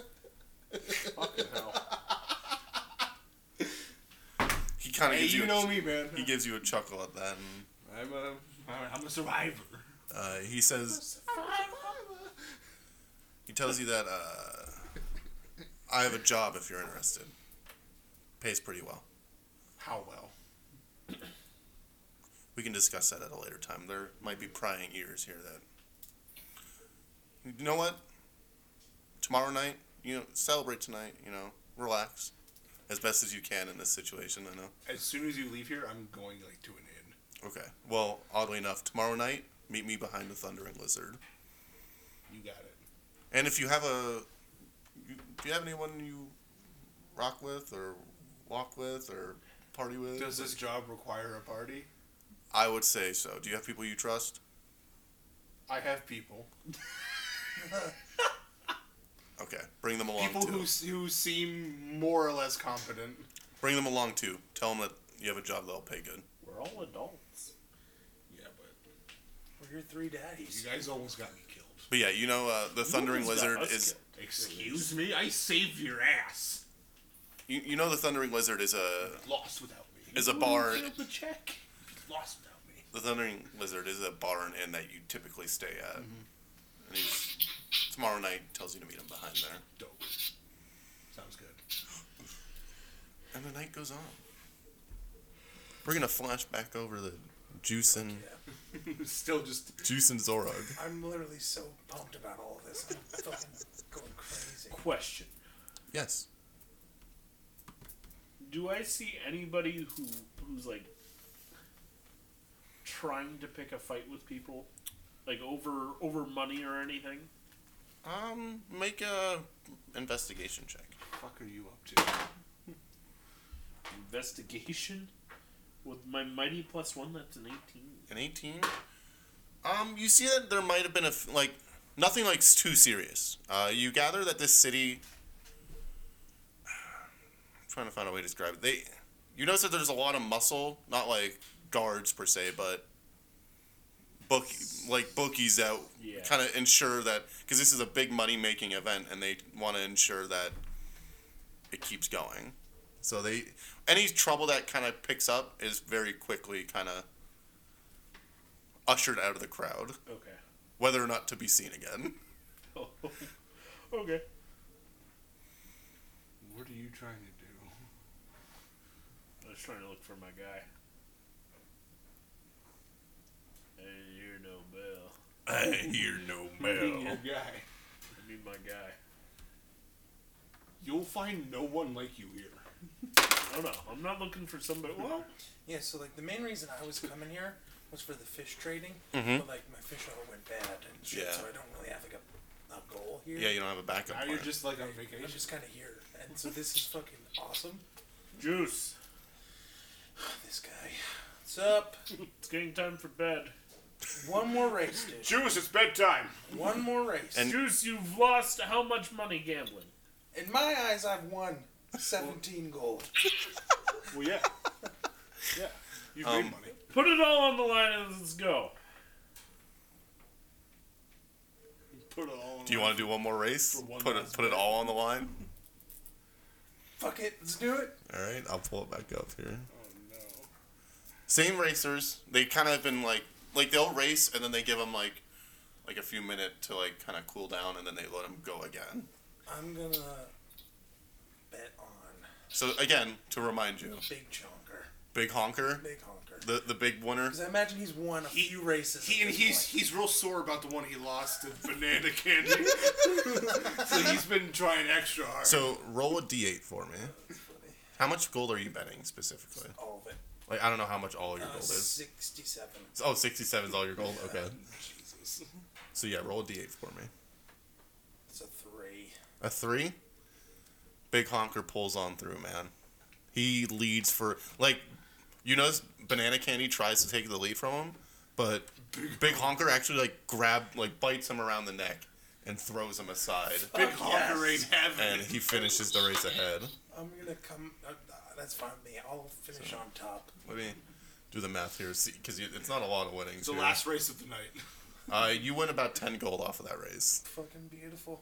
[SPEAKER 6] Fucking hell.
[SPEAKER 3] He kind of
[SPEAKER 7] hey,
[SPEAKER 3] gives you. a-
[SPEAKER 7] you know me, man.
[SPEAKER 3] He gives you a chuckle at that, and
[SPEAKER 7] I'm a, I'm a survivor.
[SPEAKER 3] uh, he says he tells you that uh, I have a job if you're interested. Pays pretty well.
[SPEAKER 7] How well?
[SPEAKER 3] We can discuss that at a later time. There might be prying ears here that. You know what? Tomorrow night, you know, celebrate tonight, you know, relax as best as you can in this situation, I know.
[SPEAKER 7] As soon as you leave here, I'm going like to an inn.
[SPEAKER 3] Okay. Well, oddly enough, tomorrow night, meet me behind the Thundering Lizard.
[SPEAKER 7] You got it.
[SPEAKER 3] And if you have a. You, do you have anyone you rock with or walk with or party with?
[SPEAKER 7] Does this job require a party?
[SPEAKER 3] I would say so. Do you have people you trust?
[SPEAKER 7] I have people.
[SPEAKER 3] Okay. Bring them along
[SPEAKER 7] People
[SPEAKER 3] too.
[SPEAKER 7] who, s- who seem more or less competent.
[SPEAKER 3] Bring them along too. Tell them that you have a job that'll pay good.
[SPEAKER 6] We're all adults.
[SPEAKER 7] Yeah, but
[SPEAKER 2] We're your three daddies.
[SPEAKER 7] you guys almost got me killed.
[SPEAKER 3] But yeah, you know, uh, the Thundering
[SPEAKER 6] Who's
[SPEAKER 3] Lizard
[SPEAKER 6] got us
[SPEAKER 3] is
[SPEAKER 6] killed?
[SPEAKER 7] Excuse me? I saved your ass.
[SPEAKER 3] you, you know the Thundering Lizard is a
[SPEAKER 7] Lost without me.
[SPEAKER 3] is a bar.
[SPEAKER 7] Failed the check. Lost without me.
[SPEAKER 3] The Thundering Lizard is a bar and inn that you typically stay at.
[SPEAKER 7] Mm-hmm.
[SPEAKER 3] And he's, tomorrow night tells you to meet him behind there,
[SPEAKER 7] Dope. Sounds good.
[SPEAKER 3] and the night goes on. We're gonna flash back over the Juice and
[SPEAKER 7] Still just
[SPEAKER 3] Juice and Zorog.
[SPEAKER 2] I'm literally so pumped about all of this. I'm fucking going crazy.
[SPEAKER 6] Question.
[SPEAKER 3] Yes.
[SPEAKER 6] Do I see anybody who who's like trying to pick a fight with people? Like over over money or anything?
[SPEAKER 3] Um, make a investigation check.
[SPEAKER 7] fuck are you up to?
[SPEAKER 6] Investigation? With my mighty plus one, that's an eighteen.
[SPEAKER 3] An eighteen. Um, you see that there might have been a f- like nothing like s- too serious. Uh, you gather that this city. I'm trying to find a way to describe it. They, you notice that there's a lot of muscle, not like guards per se, but book like bookies that
[SPEAKER 6] Yeah.
[SPEAKER 3] kind of ensure that because this is a big money making event and they want to ensure that it keeps going. So they any trouble that kind of picks up is very quickly kind of ushered out of the crowd,
[SPEAKER 6] Okay.
[SPEAKER 3] whether or not to be seen again.
[SPEAKER 6] okay.
[SPEAKER 9] you trying to do?
[SPEAKER 6] I was trying to look for my guy. I didn't hear no bell.
[SPEAKER 9] I hear no
[SPEAKER 7] Your guy.
[SPEAKER 6] I need my guy.
[SPEAKER 7] You'll find no one like you here.
[SPEAKER 6] Oh no, I'm not looking for somebody. Well,
[SPEAKER 2] Yeah, so like the main reason I was coming here was for the fish trading, but like my fish oil went bad and shit,
[SPEAKER 3] Mm-hmm. Yeah.
[SPEAKER 2] so I don't really have like a, a goal here.
[SPEAKER 3] Yeah, you don't have a backup
[SPEAKER 7] Now
[SPEAKER 3] plan.
[SPEAKER 7] you're just like on
[SPEAKER 2] I'm
[SPEAKER 7] vacation.
[SPEAKER 2] just kind of here, and so this is fucking awesome.
[SPEAKER 6] juice.
[SPEAKER 2] This guy, what's up?
[SPEAKER 6] It's getting time for bed.
[SPEAKER 2] One more race, dude.
[SPEAKER 7] Juice, it's bedtime.
[SPEAKER 2] One more race.
[SPEAKER 3] And-
[SPEAKER 6] Juice, you've lost how much money gambling?
[SPEAKER 2] In my eyes, I've won 17 gold.
[SPEAKER 7] Well, yeah. yeah. You've made money.
[SPEAKER 6] Put it all on the line and let's go.
[SPEAKER 7] Put it all on
[SPEAKER 3] do you want to do one more race?
[SPEAKER 7] For one
[SPEAKER 3] Put it,
[SPEAKER 7] last
[SPEAKER 3] put it all on the line.
[SPEAKER 2] Fuck it, let's do it.
[SPEAKER 3] All right, I'll pull it back up here.
[SPEAKER 7] Oh, no.
[SPEAKER 3] Same racers. They kind of been like, like they'll race and then they give them like, like a few minute to like kind of cool down and then they let them go again.
[SPEAKER 2] I'm gonna bet on
[SPEAKER 3] So again, to remind you,
[SPEAKER 2] Big Chonker,
[SPEAKER 3] big honker,
[SPEAKER 2] Big Honker,
[SPEAKER 3] the the big winner.
[SPEAKER 2] because I imagine he's won a few races.
[SPEAKER 7] He
[SPEAKER 2] at
[SPEAKER 7] and
[SPEAKER 2] this
[SPEAKER 7] he's
[SPEAKER 2] point.
[SPEAKER 7] he's real sore about the one he lost to Banana Candy. so he's been trying extra hard.
[SPEAKER 3] So roll a d8 for me. How much gold are you betting specifically?
[SPEAKER 2] all of it.
[SPEAKER 3] Like I don't know how much all your
[SPEAKER 2] Uh,
[SPEAKER 3] gold is.
[SPEAKER 2] 67.
[SPEAKER 3] Oh, 67 is all your gold. Okay.
[SPEAKER 7] Jesus.
[SPEAKER 3] So yeah, roll a d8 for me.
[SPEAKER 2] It's a three.
[SPEAKER 3] A three. Big honker pulls on through, man. He leads for like, you notice banana candy tries to take the lead from him, but big honker actually like grab like bites him around the neck and throws him aside,
[SPEAKER 7] Big honker ain't
[SPEAKER 3] and
[SPEAKER 7] heaven.
[SPEAKER 3] he finishes the race ahead.
[SPEAKER 2] I'm gonna come. Uh, uh, that's fine with me. I'll finish on top.
[SPEAKER 3] Let me do the math here, see, because it's not a lot of winnings.
[SPEAKER 7] It's the
[SPEAKER 3] here.
[SPEAKER 7] last race of the night.
[SPEAKER 3] Uh, you win about ten gold off of that race.
[SPEAKER 2] Fucking beautiful.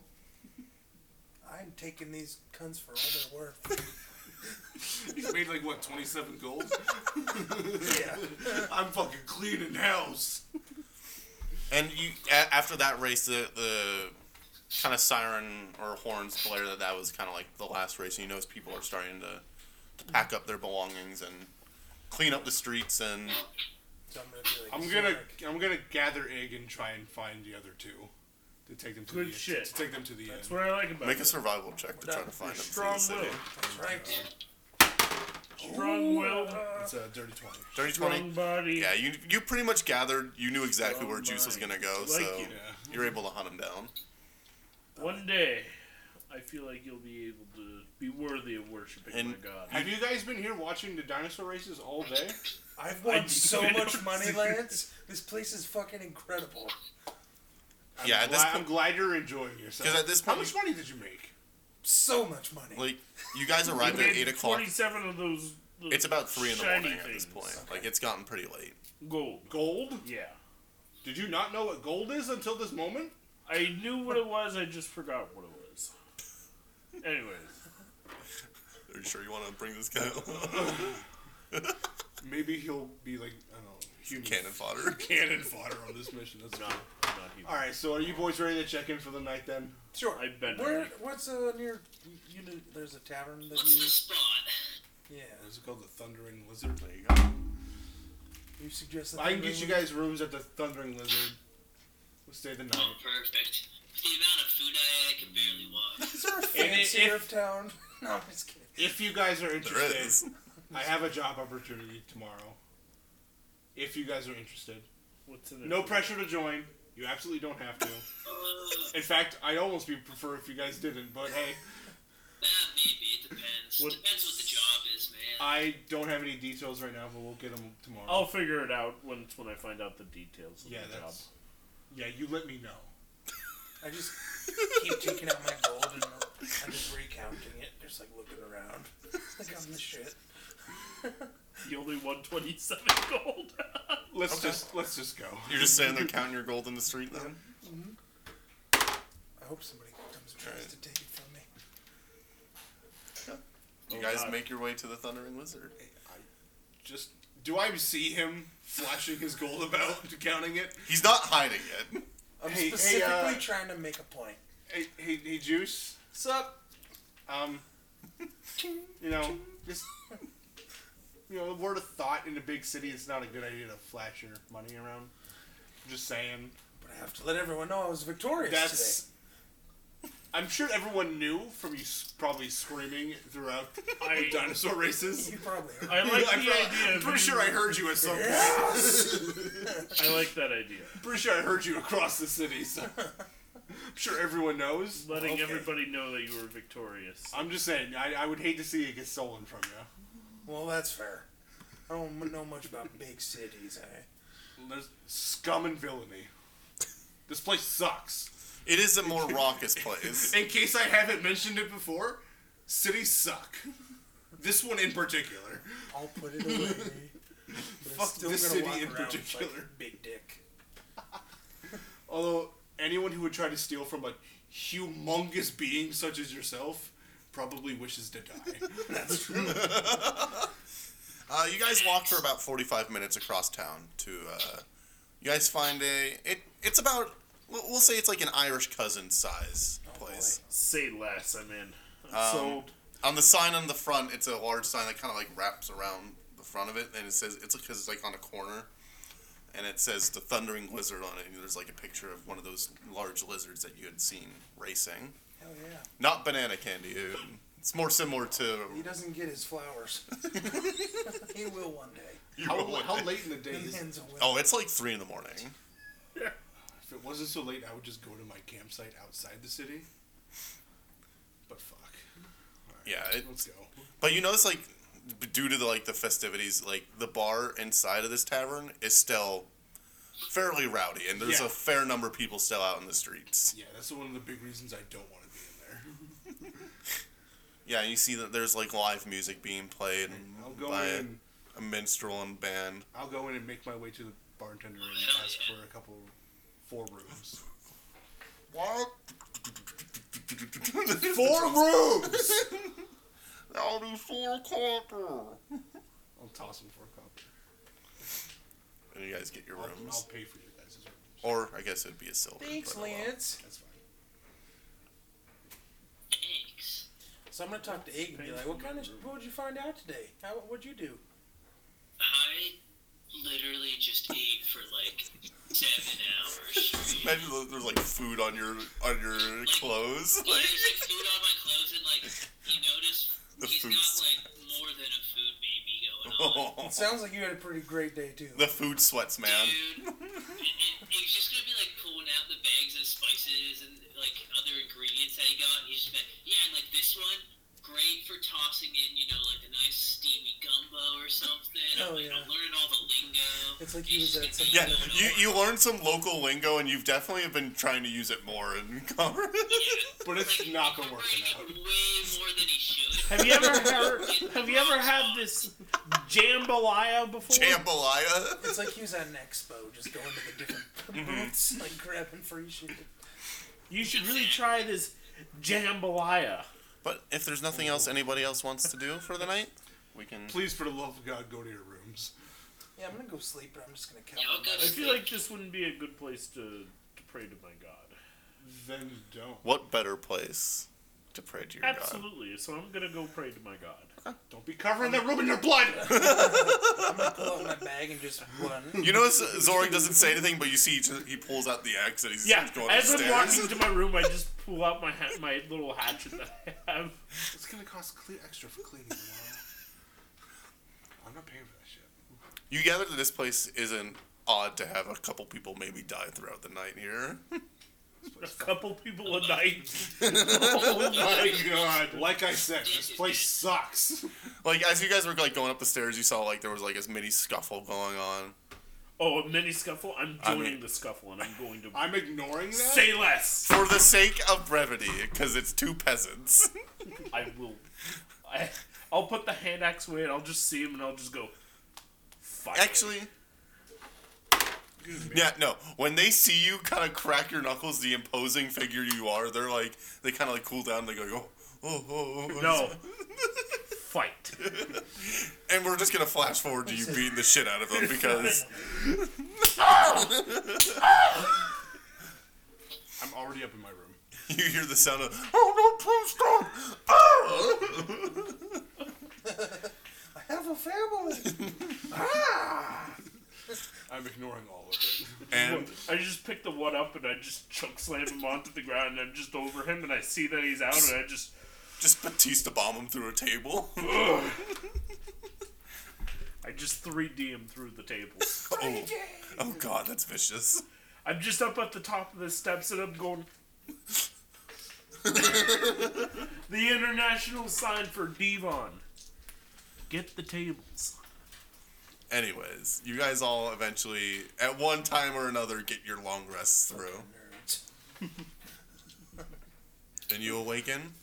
[SPEAKER 2] I'm taking these cunts for all they're worth.
[SPEAKER 7] He's made like what, 27 gold?
[SPEAKER 2] yeah.
[SPEAKER 7] I'm fucking cleaning house.
[SPEAKER 3] And you a- after that race, the the kind of siren or horns blare that that was kind of like the last race. And you notice people are starting to, to pack up their belongings and clean up the streets. And
[SPEAKER 2] So I'm gonna be like.
[SPEAKER 7] I'm gonna
[SPEAKER 2] Zork.
[SPEAKER 7] I'm gonna gather egg and try and find the other two to take them to
[SPEAKER 6] Good
[SPEAKER 7] the
[SPEAKER 6] shit.
[SPEAKER 7] to take them to the
[SPEAKER 6] That's
[SPEAKER 7] end.
[SPEAKER 6] what I like about
[SPEAKER 3] make a
[SPEAKER 6] it.
[SPEAKER 3] survival check to try to find them. through
[SPEAKER 6] Strong
[SPEAKER 3] the city.
[SPEAKER 6] will.
[SPEAKER 2] That's right.
[SPEAKER 6] Strong will.
[SPEAKER 7] It's a dirty twenty.
[SPEAKER 3] Dirty
[SPEAKER 6] Strong
[SPEAKER 3] twenty.
[SPEAKER 6] body.
[SPEAKER 3] Yeah, you you pretty much gathered. You knew exactly where Juice was
[SPEAKER 6] mind.
[SPEAKER 3] gonna go,
[SPEAKER 6] Like
[SPEAKER 3] so
[SPEAKER 6] you.
[SPEAKER 7] Yeah.
[SPEAKER 3] you're able to hunt him down.
[SPEAKER 6] One day, I feel like you'll be able to be worthy of worshiping
[SPEAKER 3] And-
[SPEAKER 6] my God.
[SPEAKER 7] Have you guys been here watching the dinosaur races all day?
[SPEAKER 2] I've
[SPEAKER 6] I
[SPEAKER 2] won
[SPEAKER 6] do
[SPEAKER 2] so
[SPEAKER 6] know.
[SPEAKER 2] much money, Lance. This place is fucking incredible.
[SPEAKER 7] I'm
[SPEAKER 3] Yeah, at this
[SPEAKER 7] gla-
[SPEAKER 3] po-
[SPEAKER 7] I'm glad you're enjoying yourself.
[SPEAKER 3] 'Cause at this
[SPEAKER 7] how
[SPEAKER 3] point
[SPEAKER 7] much money did you make?
[SPEAKER 2] So much money.
[SPEAKER 3] Like you guys arrived at
[SPEAKER 6] Made
[SPEAKER 3] eight o'clock.
[SPEAKER 6] Twenty-seven of those. those
[SPEAKER 3] It's about three in the
[SPEAKER 6] shiny
[SPEAKER 3] morning at this
[SPEAKER 6] things.
[SPEAKER 3] point. Like it's gotten pretty late.
[SPEAKER 6] Gold.
[SPEAKER 7] Gold?
[SPEAKER 6] Yeah.
[SPEAKER 7] Did you not know what gold is until this moment?
[SPEAKER 6] I knew what it was. I just forgot what it was. Anyways,
[SPEAKER 3] Are you sure you want to bring this guy? up?
[SPEAKER 7] Maybe he'll be like I don't know, human
[SPEAKER 3] Cannon fodder.
[SPEAKER 7] cannon fodder on this mission. That's not.
[SPEAKER 6] I'm not even.
[SPEAKER 7] All right, so are you boys ready to check in for the night then?
[SPEAKER 2] sure.
[SPEAKER 6] I've been
[SPEAKER 2] Where?
[SPEAKER 6] there.
[SPEAKER 2] What's uh, near? You, you know, there's a tavern that
[SPEAKER 4] What's the
[SPEAKER 2] you.
[SPEAKER 4] spot?
[SPEAKER 2] Yeah.
[SPEAKER 7] Is it called the Thundering Lizard? There you go.
[SPEAKER 2] You suggested.
[SPEAKER 7] I can get you guys rooms at the Thundering Lizard. We'll stay the
[SPEAKER 4] Oh,
[SPEAKER 7] night.
[SPEAKER 4] perfect. The amount of food I ate, I can barely walk.
[SPEAKER 2] Is there a
[SPEAKER 7] And i-
[SPEAKER 2] fancier
[SPEAKER 7] if-
[SPEAKER 2] town? No, I'm just kidding.
[SPEAKER 7] If you guys are
[SPEAKER 3] There
[SPEAKER 7] interested,
[SPEAKER 3] is.
[SPEAKER 7] I have a job opportunity tomorrow. If you guys are interested,
[SPEAKER 6] What's in it?
[SPEAKER 7] no
[SPEAKER 6] for-
[SPEAKER 7] pressure to join. You absolutely don't have to.
[SPEAKER 4] Uh,
[SPEAKER 7] In fact, I'd almost be prefer if you guys didn't. But hey,
[SPEAKER 4] eh, maybe. It depends.
[SPEAKER 6] What-
[SPEAKER 4] Depends what Uh, the job is, man.
[SPEAKER 7] I don't have any details right now, but we'll get them tomorrow.
[SPEAKER 2] Oh.
[SPEAKER 6] I'll figure it out once when I find out the details of
[SPEAKER 7] yeah,
[SPEAKER 6] the job.
[SPEAKER 7] that's. Yeah, you let me know.
[SPEAKER 2] I just keep taking out my gold and I'm just recounting it. Just like looking around. Like I'm the shit.
[SPEAKER 6] You only won twenty-seven gold.
[SPEAKER 7] Let's just let's just go.
[SPEAKER 3] You're just standing there counting your gold in the street then?
[SPEAKER 2] I hope somebody comes and tries
[SPEAKER 3] Alright.
[SPEAKER 2] to take it from me.
[SPEAKER 3] You
[SPEAKER 6] Oh,
[SPEAKER 3] guys
[SPEAKER 6] God.
[SPEAKER 3] make your way to the Thundering Lizard.
[SPEAKER 7] Just do I see him flashing his gold about, counting it?
[SPEAKER 3] He's not hiding it.
[SPEAKER 2] I'm
[SPEAKER 7] Hey, hey,
[SPEAKER 2] specifically
[SPEAKER 7] uh,
[SPEAKER 2] trying to make a point.
[SPEAKER 7] Hey, hey, hey, Juice.
[SPEAKER 2] Sup?
[SPEAKER 7] Um, You know, just you know, the word of thought in a big city. It's not a good idea to flash your money around. Just saying.
[SPEAKER 2] But I have to let everyone know I was victorious
[SPEAKER 7] That's.
[SPEAKER 2] today.
[SPEAKER 7] I'm sure everyone knew from you s- probably screaming throughout the
[SPEAKER 6] I-
[SPEAKER 7] dinosaur races.
[SPEAKER 2] You probably are.
[SPEAKER 6] I like
[SPEAKER 7] I'm
[SPEAKER 6] the
[SPEAKER 7] pro-
[SPEAKER 6] idea.
[SPEAKER 7] I'm pretty sure I heard you at some.
[SPEAKER 6] I like that idea.
[SPEAKER 7] pretty sure I heard you across the city. So I'm sure everyone knows.
[SPEAKER 6] Letting
[SPEAKER 7] Okay.
[SPEAKER 6] everybody know that you were victorious.
[SPEAKER 7] I'm just saying, I, I would hate to see it get stolen from you.
[SPEAKER 2] Well, that's fair. I don't m- know much about big cities. I,
[SPEAKER 7] There's scum and villainy. This place sucks.
[SPEAKER 3] It is a more raucous place.
[SPEAKER 7] In case I haven't mentioned it before, cities suck. This one in particular.
[SPEAKER 2] I'll put it away. but
[SPEAKER 7] Fuck this city in
[SPEAKER 2] around with, like,
[SPEAKER 7] particular.
[SPEAKER 2] big dick.
[SPEAKER 7] Although anyone who would try to steal from a humongous being such as yourself probably wishes to die. That's true.
[SPEAKER 3] Uh, you guys walk for about 45 minutes across town to. Uh, you guys find a. It, it's about. We'll we'll say it's like an Irish cousin size
[SPEAKER 6] Oh,
[SPEAKER 3] place.
[SPEAKER 6] Say less, I'm in. I'm
[SPEAKER 7] Um,
[SPEAKER 6] sold.
[SPEAKER 3] On the sign on the front, it's a large sign that kind of like wraps around the front of it, and it says it's because it's like on a corner, and it says the Thundering Lizard on it. And there's like a picture of one of those large lizards that you had seen racing.
[SPEAKER 2] Hell yeah.
[SPEAKER 3] Not banana candy. uh, It's more similar to.
[SPEAKER 2] He doesn't get his flowers. he will one day.
[SPEAKER 7] how, how late in the day is
[SPEAKER 2] Hands will.
[SPEAKER 3] Oh, it's like three in the morning.
[SPEAKER 7] If it wasn't so late, I would just go to my campsite outside the city. But fuck.
[SPEAKER 3] Yeah, it,
[SPEAKER 7] Let's go.
[SPEAKER 3] But you notice, like, b- due to the like the festivities, like the bar inside of this tavern is still fairly rowdy, and there's
[SPEAKER 7] Yeah.
[SPEAKER 3] a fair number of people still out in the streets.
[SPEAKER 7] Yeah, that's one of the big reasons I don't want to be in there.
[SPEAKER 3] Yeah, and you see that there's like live music being played
[SPEAKER 7] I'll go
[SPEAKER 3] by a,
[SPEAKER 7] in.
[SPEAKER 3] a minstrel and band.
[SPEAKER 7] I'll go in and make my way to the bartender and ask for a couple, four rooms.
[SPEAKER 3] What?
[SPEAKER 7] Four rooms.
[SPEAKER 3] I'll do four copper.
[SPEAKER 7] I'll toss them for a copper.
[SPEAKER 3] And you guys get your
[SPEAKER 7] I'll, I'll
[SPEAKER 3] rooms,
[SPEAKER 7] pay for your guys' rooms.
[SPEAKER 3] or I guess it'd be a silver.
[SPEAKER 2] Thanks,
[SPEAKER 3] but oh well.
[SPEAKER 2] Lance.
[SPEAKER 7] That's fine.
[SPEAKER 4] Thanks.
[SPEAKER 2] So I'm gonna talk to Aiden and be like, "What kind of? What would you find out today? How? What'd you do?"
[SPEAKER 4] I literally just ate for like seven hours.
[SPEAKER 3] Imagine there- there's like food on your on your clothes.
[SPEAKER 4] Yeah, there's like food on my clothes, and like you notice
[SPEAKER 3] The
[SPEAKER 4] he's
[SPEAKER 3] food
[SPEAKER 4] got like
[SPEAKER 3] sweat.
[SPEAKER 4] more than a food baby going on.
[SPEAKER 3] Oh,
[SPEAKER 2] It sounds like you had a pretty great day too.
[SPEAKER 3] the food sweats, man.
[SPEAKER 4] Dude, it- it- he's just gonna be like pulling out the bags of spices and like other ingredients that he got, and he's just like, yeah, and like this one, great for tossing in, you know, like a nice steamy gumbo or something.
[SPEAKER 2] Oh,
[SPEAKER 4] I'm, like,
[SPEAKER 2] yeah.
[SPEAKER 4] I'm learning all the lingo.
[SPEAKER 2] It's like he
[SPEAKER 4] He's
[SPEAKER 2] was
[SPEAKER 4] just
[SPEAKER 2] at
[SPEAKER 4] gonna
[SPEAKER 2] some-
[SPEAKER 3] Yeah,
[SPEAKER 4] be going
[SPEAKER 3] you,
[SPEAKER 4] on.
[SPEAKER 3] you learn some local lingo, and you've definitely have been trying to use it more in conversation.
[SPEAKER 4] Yeah,
[SPEAKER 7] But it's
[SPEAKER 4] like,
[SPEAKER 7] not been working
[SPEAKER 4] incorporating
[SPEAKER 7] out.
[SPEAKER 4] Way more than he should.
[SPEAKER 6] Have you ever heard, Have you ever had this jambalaya before?
[SPEAKER 3] Jambalaya.
[SPEAKER 2] It's like he was at an expo, just going to the different booths, like grabbing free shit.
[SPEAKER 6] you should really try this jambalaya.
[SPEAKER 3] But if there's nothing else anybody else wants to do for the night, we can.
[SPEAKER 7] Please, for the love of God, go to your rooms.
[SPEAKER 2] Yeah, I'm gonna go sleep, but I'm just gonna count.
[SPEAKER 4] Yeah, I'll
[SPEAKER 2] on
[SPEAKER 4] go
[SPEAKER 6] I
[SPEAKER 2] that.
[SPEAKER 6] feel like this wouldn't be a good place to, to pray to my God.
[SPEAKER 7] Then don't.
[SPEAKER 3] What better place to pray to your
[SPEAKER 6] Absolutely. So I'm gonna go pray to my God.
[SPEAKER 7] Don't be covering that room in your blood.
[SPEAKER 2] I'm gonna pull out my bag and just run.
[SPEAKER 3] God? You notice Zorik doesn't say anything, but you see he just- he pulls out the axe and he's
[SPEAKER 6] Yeah.
[SPEAKER 3] going
[SPEAKER 6] As I'm
[SPEAKER 3] upstairs.
[SPEAKER 6] walking to my room, I just pull out my ha- my little hatchet that I have.
[SPEAKER 7] it's gonna cost cle- extra for cleaning tomorrow. I'm not paying for that shit.
[SPEAKER 3] You gather that this place isn't odd to have a couple people maybe die throughout the night here.
[SPEAKER 6] A couple people a night.
[SPEAKER 7] Oh my god! Like I said, this place sucks.
[SPEAKER 3] Like as you guys were like going up the stairs, you saw like there was like as many scuffle going on.
[SPEAKER 6] Oh, a mini scuffle. I'm
[SPEAKER 3] I
[SPEAKER 6] joining
[SPEAKER 3] mean-
[SPEAKER 6] the scuffle, and I'm going to
[SPEAKER 7] I'm ignoring that.
[SPEAKER 6] say less.
[SPEAKER 3] For the sake of brevity, because it's two peasants.
[SPEAKER 6] I will. I, I'll put the hand axe away, and I'll just see him, and I'll just go. Fuck. it."
[SPEAKER 3] Actually. Yeah, no. When they see you kind of crack your knuckles, the imposing figure you are, they're like, they kind of like cool down. They go, oh, oh, oh, oh.
[SPEAKER 6] no. Fight.
[SPEAKER 3] And we're just going to flash forward to you beating the shit out of them because
[SPEAKER 7] I'm already up in my room.
[SPEAKER 3] you hear the sound of, oh, no, please stop. Ah!
[SPEAKER 7] I'm ignoring all of it.
[SPEAKER 3] And
[SPEAKER 6] I just pick the one up and I just choke slam him onto the ground and I'm just over him and I see that he's out and I just
[SPEAKER 3] just Batista bomb him through a table.
[SPEAKER 6] I just 3D him through the table.
[SPEAKER 3] oh, oh god, that's vicious.
[SPEAKER 6] I'm just up at the top of the steps and I'm going. the international sign for Devon. Get the tables.
[SPEAKER 3] Anyways, you guys all eventually, at one time or another, get your long rests through. and you awaken,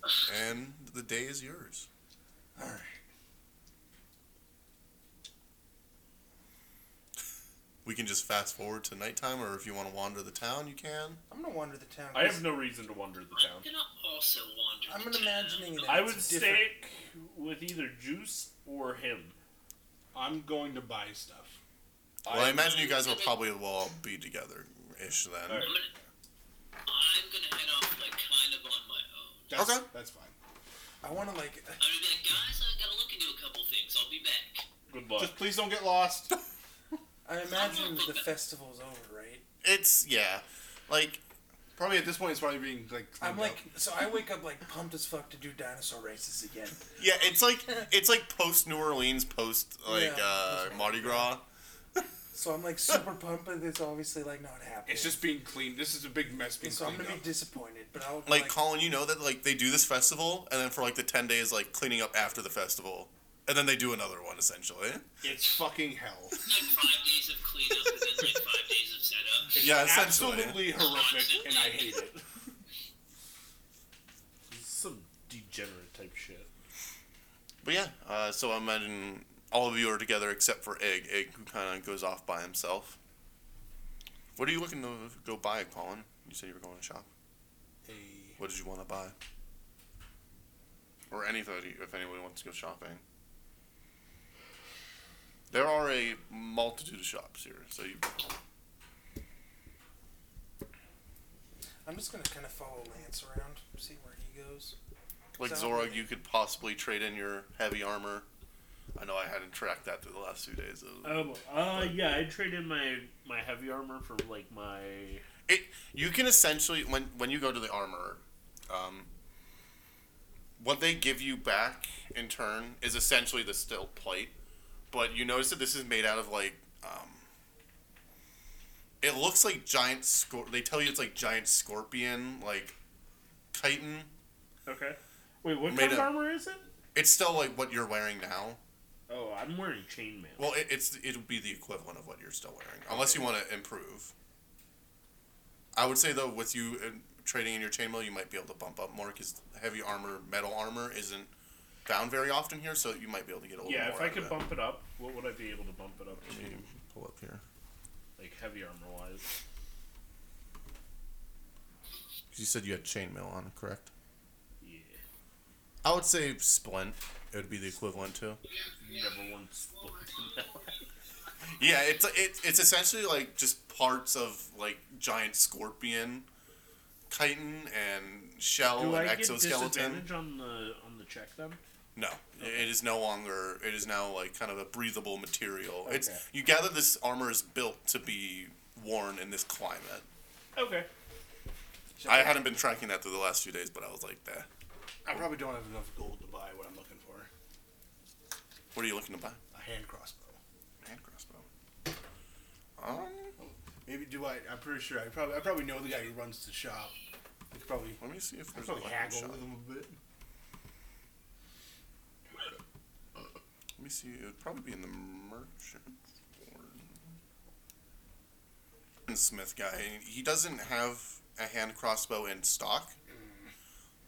[SPEAKER 3] and the day is yours.
[SPEAKER 9] Alright.
[SPEAKER 3] We can just fast forward to nighttime, or if you want to wander the town, you can.
[SPEAKER 2] I'm gonna wander the town.
[SPEAKER 6] I have no reason to wander the
[SPEAKER 4] I'm
[SPEAKER 6] town.
[SPEAKER 4] gonna also wander.
[SPEAKER 2] I'm
[SPEAKER 4] the town.
[SPEAKER 2] imagining that
[SPEAKER 6] I
[SPEAKER 2] it's
[SPEAKER 6] would
[SPEAKER 2] different.
[SPEAKER 6] stick with either Juice or him.
[SPEAKER 7] I'm going to buy stuff.
[SPEAKER 3] Well, I imagine you guys will probably will all be together ish then.
[SPEAKER 4] I'm gonna, I'm gonna head off like kind of on my own.
[SPEAKER 9] That's,
[SPEAKER 3] Okay.
[SPEAKER 9] That's fine.
[SPEAKER 2] I want to
[SPEAKER 4] I'm
[SPEAKER 2] like.
[SPEAKER 4] gonna be like, guys, I gotta look into a couple things. I'll be back.
[SPEAKER 6] Good luck.
[SPEAKER 9] Just please don't get lost.
[SPEAKER 2] I imagine the festival's over, right?
[SPEAKER 3] It's, yeah. Like,
[SPEAKER 9] Probably at this point, it's probably being like. cleaned
[SPEAKER 2] I'm like,
[SPEAKER 9] up.
[SPEAKER 2] so I wake up like pumped as fuck to do dinosaur races again.
[SPEAKER 3] yeah, it's like, it's like post New Orleans, post, like,
[SPEAKER 2] Yeah.
[SPEAKER 3] uh, Mardi Gras.
[SPEAKER 2] So I'm like super pumped, but it's obviously like not happening.
[SPEAKER 7] It's just being cleaned. This is a big mess being
[SPEAKER 2] so I'm
[SPEAKER 7] cleaned
[SPEAKER 2] gonna be
[SPEAKER 7] up.
[SPEAKER 2] disappointed, but I'll
[SPEAKER 3] like Colin, you know that like they do this festival, and then for like the ten days, like cleaning up after the festival, and then they do another one essentially.
[SPEAKER 7] It's fucking hell.
[SPEAKER 4] Like five days of cleanup and then like five days of setup.
[SPEAKER 3] yeah, essentially.
[SPEAKER 7] Absolutely horrific, and I hate it.
[SPEAKER 6] Some degenerate type shit.
[SPEAKER 3] But yeah, uh, so I imagine all of you are together except for Egg. Egg who kind of goes off by himself. What are you looking to go buy, Colin? You said you were going to shop. What did you want to buy? Or anything, if anyone wants to go shopping. There are a multitude of shops here, so you
[SPEAKER 2] I'm just gonna kind of follow Lance around, see where he goes.
[SPEAKER 3] Like
[SPEAKER 2] So-
[SPEAKER 3] Zorog, you could possibly trade in your heavy armor. I know I hadn't tracked that through the last few days. It was-
[SPEAKER 6] Um, uh, yeah, I traded my my heavy armor for like my.
[SPEAKER 3] It you can essentially when when you go to the armor, um, what they give you back in turn is essentially the steel plate, but you notice that this is made out of like um, it looks like giant scor. They tell you it's like giant scorpion like chitin.
[SPEAKER 6] Okay. Wait, what
[SPEAKER 3] Made
[SPEAKER 6] kind of
[SPEAKER 3] up.
[SPEAKER 6] armor is it?
[SPEAKER 3] It's still like what you're wearing now.
[SPEAKER 6] Oh, I'm wearing chainmail.
[SPEAKER 3] Well, it, it's it would be the equivalent of what you're still wearing, unless you want to improve. I would say though, with you uh, trading in your chainmail, you might be able to bump up more because heavy armor, metal armor, isn't found very often here, so you might be able to get a little
[SPEAKER 6] yeah,
[SPEAKER 3] more.
[SPEAKER 6] if I
[SPEAKER 3] out of
[SPEAKER 6] could
[SPEAKER 3] it.
[SPEAKER 6] bump it up, what would I be able to bump it up to?
[SPEAKER 3] Let me pull up here.
[SPEAKER 6] Like heavy armor wise.
[SPEAKER 3] 'Cause you said you had chainmail on, correct?
[SPEAKER 6] Yeah.
[SPEAKER 3] I would say splint. It would be the equivalent to.
[SPEAKER 6] Never once looked at that.
[SPEAKER 3] Yeah, it's it, it's essentially like just parts of like giant scorpion, chitin and shell
[SPEAKER 6] Do
[SPEAKER 3] and
[SPEAKER 6] I get
[SPEAKER 3] Oh, exoskeleton.
[SPEAKER 6] disadvantage on the on the check then?
[SPEAKER 3] No, it is no longer. It is now like kind of a breathable material. It's you gather this armor is built to be worn in this climate.
[SPEAKER 6] Okay.
[SPEAKER 3] I hadn't been tracking that through the last few days, but I was like, "That.
[SPEAKER 9] I probably don't have enough gold to buy what I'm looking for.
[SPEAKER 3] What are you looking to buy?
[SPEAKER 9] A hand crossbow.
[SPEAKER 3] Hand crossbow. Um,
[SPEAKER 9] Maybe do I? I'm pretty sure. I probably I probably know the guy who runs the shop. I could probably
[SPEAKER 3] let me see if
[SPEAKER 9] I could
[SPEAKER 3] there's a
[SPEAKER 9] probably
[SPEAKER 3] weapon
[SPEAKER 9] haggle
[SPEAKER 3] shop.
[SPEAKER 9] with him a bit.
[SPEAKER 3] Let me see. It would probably be in the merchant ward. And Smith guy. He doesn't have a hand crossbow in stock.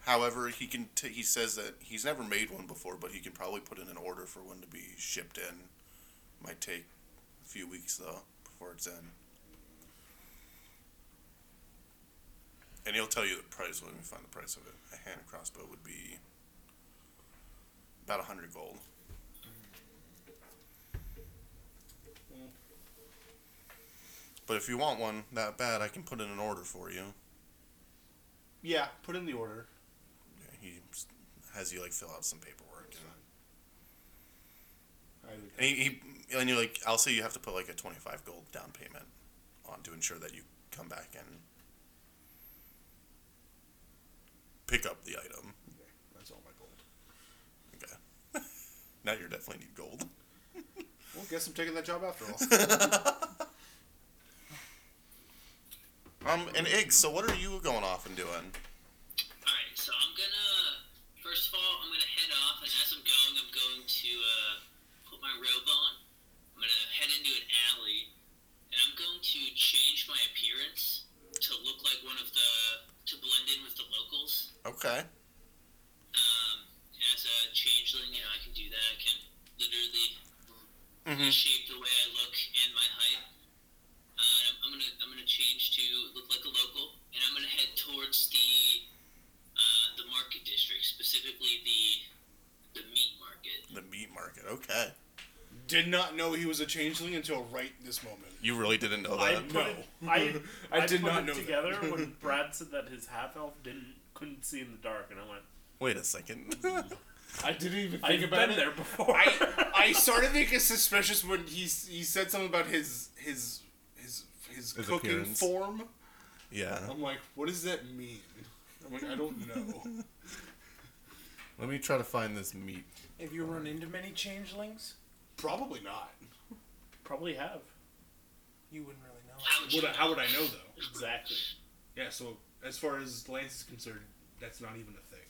[SPEAKER 3] However, he can. T- he says that he's never made one before, but he can probably put in an order for one to be shipped in. Might take a few weeks though before it's in. And he'll tell you the price when we find the price of it. A hand crossbow would be about a hundred gold. But if you want one that bad, I can put in an order for you.
[SPEAKER 9] Yeah, put in the order.
[SPEAKER 3] He s- has you like fill out some paperwork. And
[SPEAKER 9] I would-
[SPEAKER 3] And he, he and you're like, I'll say you have to put like a 25 gold down payment on to ensure that you come back and pick up the item.
[SPEAKER 9] that's all my gold.
[SPEAKER 3] Okay. now you're definitely need gold.
[SPEAKER 9] Well, guess I'm taking that job after all.
[SPEAKER 3] Um, and Iggs, so what are you going off and doing?
[SPEAKER 4] Alright, so I'm gonna. First of all, I'm gonna head off, and as I'm going, I'm going to uh, put my robe on. I'm gonna head into an alley, and I'm going to change my appearance to look like one of the. to blend in with the locals.
[SPEAKER 3] Okay.
[SPEAKER 4] Um, as a changeling, you know, I can do that. I can literally
[SPEAKER 3] Mhm.
[SPEAKER 4] shape the way I look and my height. Uh, I'm gonna I'm gonna change to look like a local, and I'm gonna head towards the uh, the market district, specifically the the meat market.
[SPEAKER 3] The meat market. Okay.
[SPEAKER 9] Did not know he was a changeling until right this moment.
[SPEAKER 3] You really didn't know
[SPEAKER 6] I
[SPEAKER 3] that.
[SPEAKER 6] put
[SPEAKER 9] No.
[SPEAKER 6] it, I,
[SPEAKER 9] I
[SPEAKER 6] Uh, I
[SPEAKER 9] did
[SPEAKER 6] put
[SPEAKER 9] not
[SPEAKER 6] it
[SPEAKER 9] know that.
[SPEAKER 6] together when Brad said that his half elf didn't couldn't see in the dark, and I went,
[SPEAKER 3] Wait a second.
[SPEAKER 9] I didn't even think
[SPEAKER 6] I've
[SPEAKER 9] about
[SPEAKER 6] been
[SPEAKER 9] it.
[SPEAKER 6] there before.
[SPEAKER 9] I I started to think it's suspicious when he s- he said something about his his his his,
[SPEAKER 3] His
[SPEAKER 9] cooking
[SPEAKER 3] appearance.
[SPEAKER 9] form.
[SPEAKER 3] yeah.
[SPEAKER 9] I'm like, what does that mean? I'm like, I don't know.
[SPEAKER 3] Let me try to find this meat.
[SPEAKER 2] Have you run into many changelings?
[SPEAKER 9] Probably not.
[SPEAKER 6] Probably have
[SPEAKER 2] You wouldn't really know.
[SPEAKER 4] How would you
[SPEAKER 7] Would I, how would I know though?
[SPEAKER 6] exactly.
[SPEAKER 7] Yeah. So as far as Lance is concerned, that's not even a thing.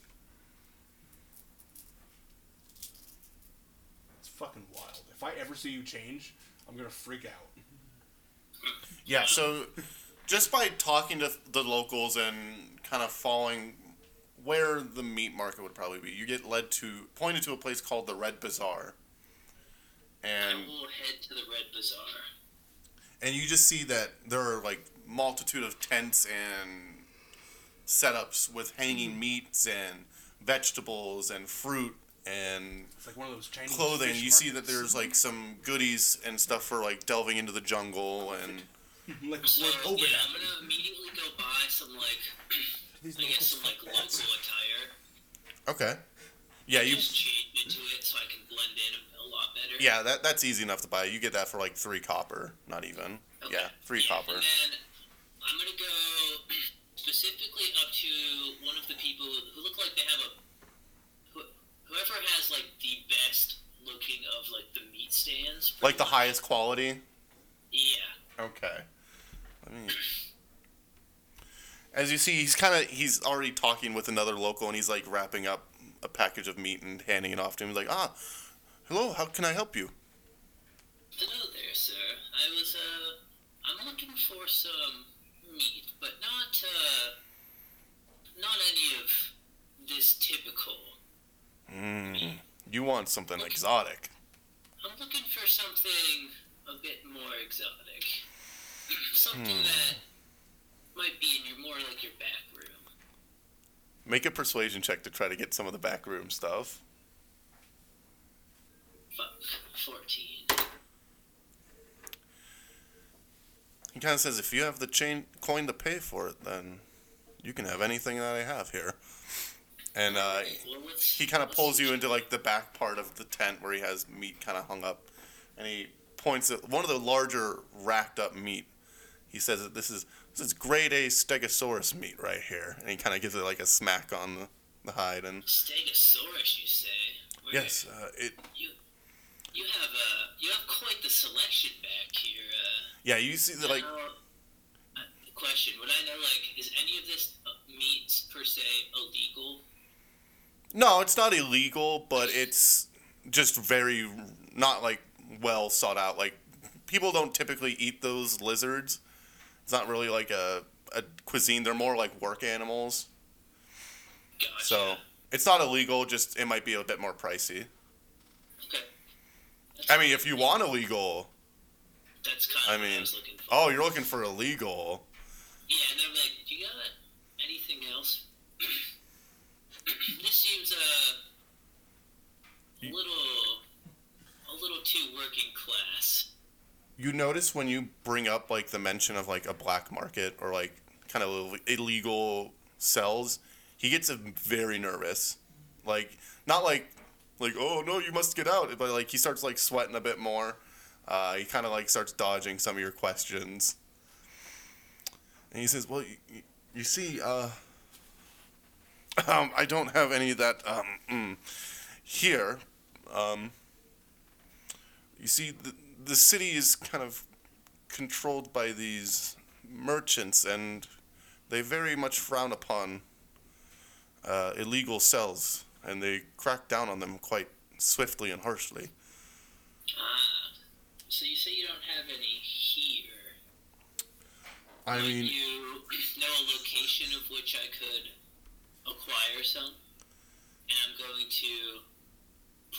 [SPEAKER 9] It's fucking wild. If I ever see you change, I'm gonna freak out.
[SPEAKER 3] Yeah, so just by talking to the locals and kind of following where the meat market would probably be, you get led to pointed to a place called the Red Bazaar.
[SPEAKER 4] I
[SPEAKER 3] And
[SPEAKER 4] will head to the Red Bazaar.
[SPEAKER 3] and you just see that there are like multitude of tents and setups with
[SPEAKER 9] Mm-hmm.
[SPEAKER 3] hanging meats and vegetables and fruit and
[SPEAKER 9] It's like one of those Chinese
[SPEAKER 3] clothing.
[SPEAKER 9] fish
[SPEAKER 3] You see that
[SPEAKER 9] markets.
[SPEAKER 3] there's like some goodies and stuff for like delving into the jungle and
[SPEAKER 9] like
[SPEAKER 4] So
[SPEAKER 9] we're open
[SPEAKER 4] yeah, I'm
[SPEAKER 9] at it.
[SPEAKER 4] gonna immediately go buy some like
[SPEAKER 2] These
[SPEAKER 4] I guess
[SPEAKER 2] locals
[SPEAKER 4] some like
[SPEAKER 2] fight
[SPEAKER 4] local
[SPEAKER 2] bats.
[SPEAKER 4] attire.
[SPEAKER 3] okay. Yeah, you
[SPEAKER 4] Just change into it so I can blend in a, a lot better.
[SPEAKER 3] Yeah, that that's easy enough to buy. You get that for like three copper, not even.
[SPEAKER 4] Okay.
[SPEAKER 3] Yeah, three copper.
[SPEAKER 4] And then I'm gonna go specifically up to one of the people who look like they have a who, whoever has like the best looking of like the meat stands.
[SPEAKER 3] Like the highest quality.
[SPEAKER 4] Yeah.
[SPEAKER 3] Okay. Let me. As you see, he's kind of he's already talking with another local, and he's like wrapping up a package of meat and handing it off to him. He's like, ah, hello, how can I help you?
[SPEAKER 4] Hello there, sir. I was uh, I'm looking for some meat, but not uh, not any of this typical.
[SPEAKER 3] Mm, you want something exotic?
[SPEAKER 4] I'm looking for something a bit more exotic. something
[SPEAKER 3] Hmm.
[SPEAKER 4] that might be in your more like your back room.
[SPEAKER 3] Make a persuasion check to try to get some of the backroom stuff.
[SPEAKER 4] Fuck. 14.
[SPEAKER 3] He kind of says, if you have the chain coin to pay for it, then you can have anything that I have here. And uh,
[SPEAKER 4] Well, what's,
[SPEAKER 3] he kind of
[SPEAKER 4] what's
[SPEAKER 3] pulls
[SPEAKER 4] the-
[SPEAKER 3] you into like the back part of the tent where he has meat kind of hung up, and he points at one of the larger racked up meat. He says that this is this is grade A stegosaurus meat right here, and he kind of gives it like a smack on the, the hide. And
[SPEAKER 4] Stegosaurus, you say? Where-
[SPEAKER 3] yes, uh, it
[SPEAKER 4] You have uh, you have quite the selection back here. Uh,
[SPEAKER 3] yeah you see that like
[SPEAKER 4] how- uh, question: Would I know like is any of this uh, meats per se illegal?
[SPEAKER 3] No, it's not illegal, but it's just very not like well sought out. Like people don't typically eat those lizards. It's not really like a, a cuisine. They're more like work animals.
[SPEAKER 4] Gotcha.
[SPEAKER 3] So it's not illegal. Just it might be a bit more pricey.
[SPEAKER 4] Okay.
[SPEAKER 3] I mean, if you want illegal,
[SPEAKER 4] That's kind
[SPEAKER 3] I
[SPEAKER 4] of what I
[SPEAKER 3] mean,
[SPEAKER 4] was looking for.
[SPEAKER 3] oh, you're looking for illegal.
[SPEAKER 4] Yeah, and I'm like, do you got anything else? this seems uh, a little a little too working class.
[SPEAKER 3] You notice when you bring up like the mention of like a black market or like kind of illegal sells, he gets uh, very nervous. Like not like Like, oh no, you must get out. But like he starts like sweating a bit more. Uh, he kind of like starts dodging some of your questions. And he says, well, you, you- you see, uh, um, I don't have any of that um, mm, here. Um, you see, the, the city is kind of controlled by these merchants, and they very much frown upon uh, illegal cells, and they crack down on them quite swiftly and harshly.
[SPEAKER 4] Uh, so you say you don't have any here.
[SPEAKER 3] I
[SPEAKER 4] Would
[SPEAKER 3] mean,
[SPEAKER 4] you know a location of which I could acquire some? And I'm going to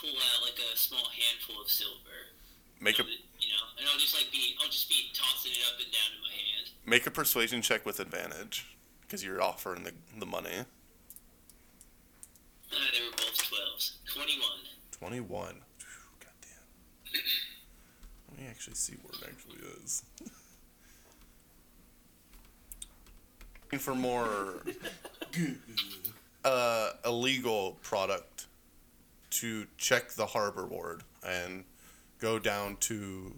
[SPEAKER 4] pull out like a small handful of silver.
[SPEAKER 3] make a
[SPEAKER 4] You know, and I'll just like be, I'll just be tossing it up and down in my hand.
[SPEAKER 3] make a persuasion check with advantage, because you're offering the the money.
[SPEAKER 4] Uh, they were both 12s. 21.
[SPEAKER 3] Twenty one. Goddamn. Let me actually see where it actually is. Looking For more uh, illegal product to check the harbor ward and go down to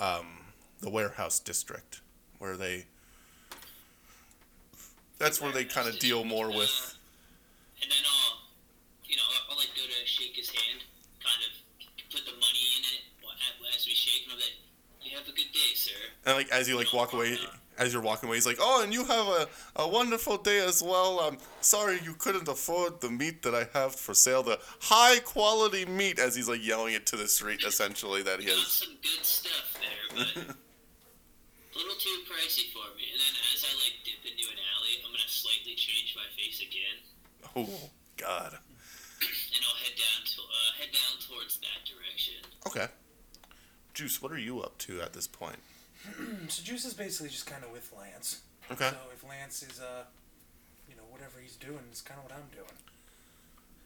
[SPEAKER 3] um, the warehouse district where they. That's where they kind of deal more with.
[SPEAKER 4] And then I'll, you know, I'll, I'll like go to shake his hand, kind of put the money in it wha- as we shake, and I'll be like, you have a good day, sir.
[SPEAKER 3] And like as you like walk away, as you're walking away, he's like, "Oh, and you have a, a wonderful day as well. I'm sorry you couldn't afford the meat that I have for sale, the high quality meat." As he's like yelling it to the street, essentially that he
[SPEAKER 4] Got
[SPEAKER 3] is.
[SPEAKER 4] some good stuff there, but a little too pricey for me. And then as I like dip into an alley, I'm gonna slightly change my face again,
[SPEAKER 3] Oh God.
[SPEAKER 4] and I'll head down to uh, head down towards that direction.
[SPEAKER 3] Okay. Juice, what are you up to at this point?
[SPEAKER 2] So Juice is basically just kind of with Lance.
[SPEAKER 3] Okay.
[SPEAKER 2] So if Lance is, uh, you know, whatever he's doing is kind of what I'm doing.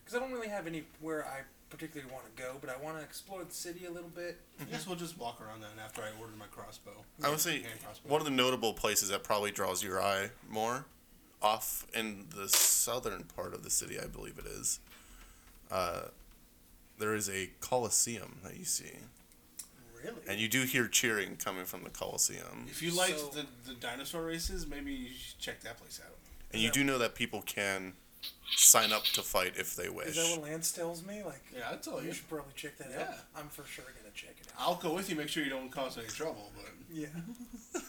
[SPEAKER 2] Because I don't really have anywhere I particularly want to go, but I want to explore the city a little bit.
[SPEAKER 9] I guess we'll just walk around then after I order my crossbow.
[SPEAKER 3] I would say
[SPEAKER 9] Hand crossbow.
[SPEAKER 3] one of the notable places that probably draws your eye more, off in the southern part of the city, I believe it is. Uh, there is a coliseum that you see,
[SPEAKER 2] Really?
[SPEAKER 3] and you do hear cheering coming from the coliseum,
[SPEAKER 9] If you liked
[SPEAKER 2] So-
[SPEAKER 9] the, the dinosaur races, maybe you should check that place out.
[SPEAKER 3] and you do know that people can sign up to fight if they
[SPEAKER 2] Is
[SPEAKER 3] wish.
[SPEAKER 2] that what Lance tells me? Like, oh,
[SPEAKER 9] Yeah, I'd tell
[SPEAKER 2] you
[SPEAKER 9] you.
[SPEAKER 2] should probably check that out.
[SPEAKER 9] Yeah.
[SPEAKER 2] I'm for sure gonna check it out.
[SPEAKER 9] I'll go with you. Make sure you don't cause any trouble. But
[SPEAKER 2] Yeah.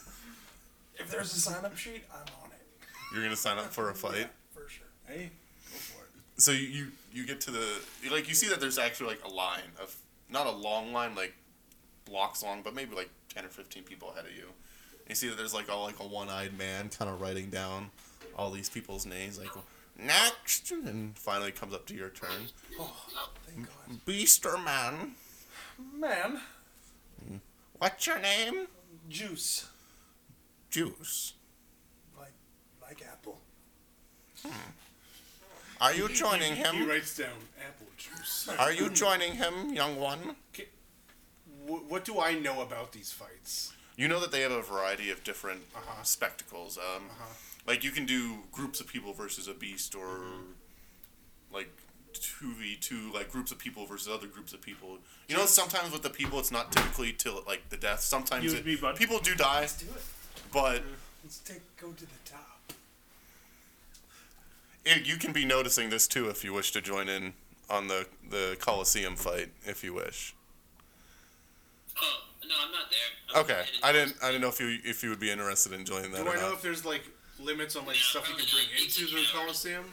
[SPEAKER 2] if there's a sign-up sheet, I'm on it.
[SPEAKER 3] You're gonna sign up for a fight.
[SPEAKER 2] Yeah, for sure.
[SPEAKER 9] hey, go for it.
[SPEAKER 3] so you, you you get to the you, like you see that there's actually like a line of not a long line like blocks long but maybe like 10 or 15 people ahead of you and you see that there's like all like a one-eyed man kind of writing down all these people's names like next and finally comes up to your turn
[SPEAKER 2] Oh, Thank God.
[SPEAKER 3] beaster man
[SPEAKER 2] Man,
[SPEAKER 3] what's your name
[SPEAKER 2] Juice
[SPEAKER 3] juice
[SPEAKER 2] like like apple.
[SPEAKER 3] are you joining
[SPEAKER 9] He
[SPEAKER 3] him
[SPEAKER 9] writes down apple juice.
[SPEAKER 3] are you joining him young one
[SPEAKER 9] Wh- what do I know about these fights?
[SPEAKER 3] You know that they have a variety of different
[SPEAKER 9] Uh-huh.
[SPEAKER 3] spectacles. Um, Like you can do groups of people versus a beast, or like two v two, like groups of people versus other groups of people. You know, sometimes with the people, it's not typically till like the death. Sometimes
[SPEAKER 6] You and
[SPEAKER 3] it-
[SPEAKER 6] me, bud.
[SPEAKER 3] people do die,
[SPEAKER 2] Let's do it.
[SPEAKER 3] but
[SPEAKER 2] Let's take go to the top.
[SPEAKER 3] it, you can be noticing this too if you wish to join in on the the Colosseum fight if you wish.
[SPEAKER 4] Oh no, I'm not there. I'm
[SPEAKER 3] Okay,
[SPEAKER 4] headed
[SPEAKER 3] I
[SPEAKER 4] towards-
[SPEAKER 3] didn't I didn't know if you if you would be interested in joining that
[SPEAKER 9] Do
[SPEAKER 3] or
[SPEAKER 9] I know
[SPEAKER 3] not.
[SPEAKER 9] if there's like limits on like
[SPEAKER 4] Yeah,
[SPEAKER 9] stuff you can
[SPEAKER 4] probably
[SPEAKER 9] bring
[SPEAKER 4] not.
[SPEAKER 9] into the
[SPEAKER 4] It's a tower.
[SPEAKER 9] Coliseum?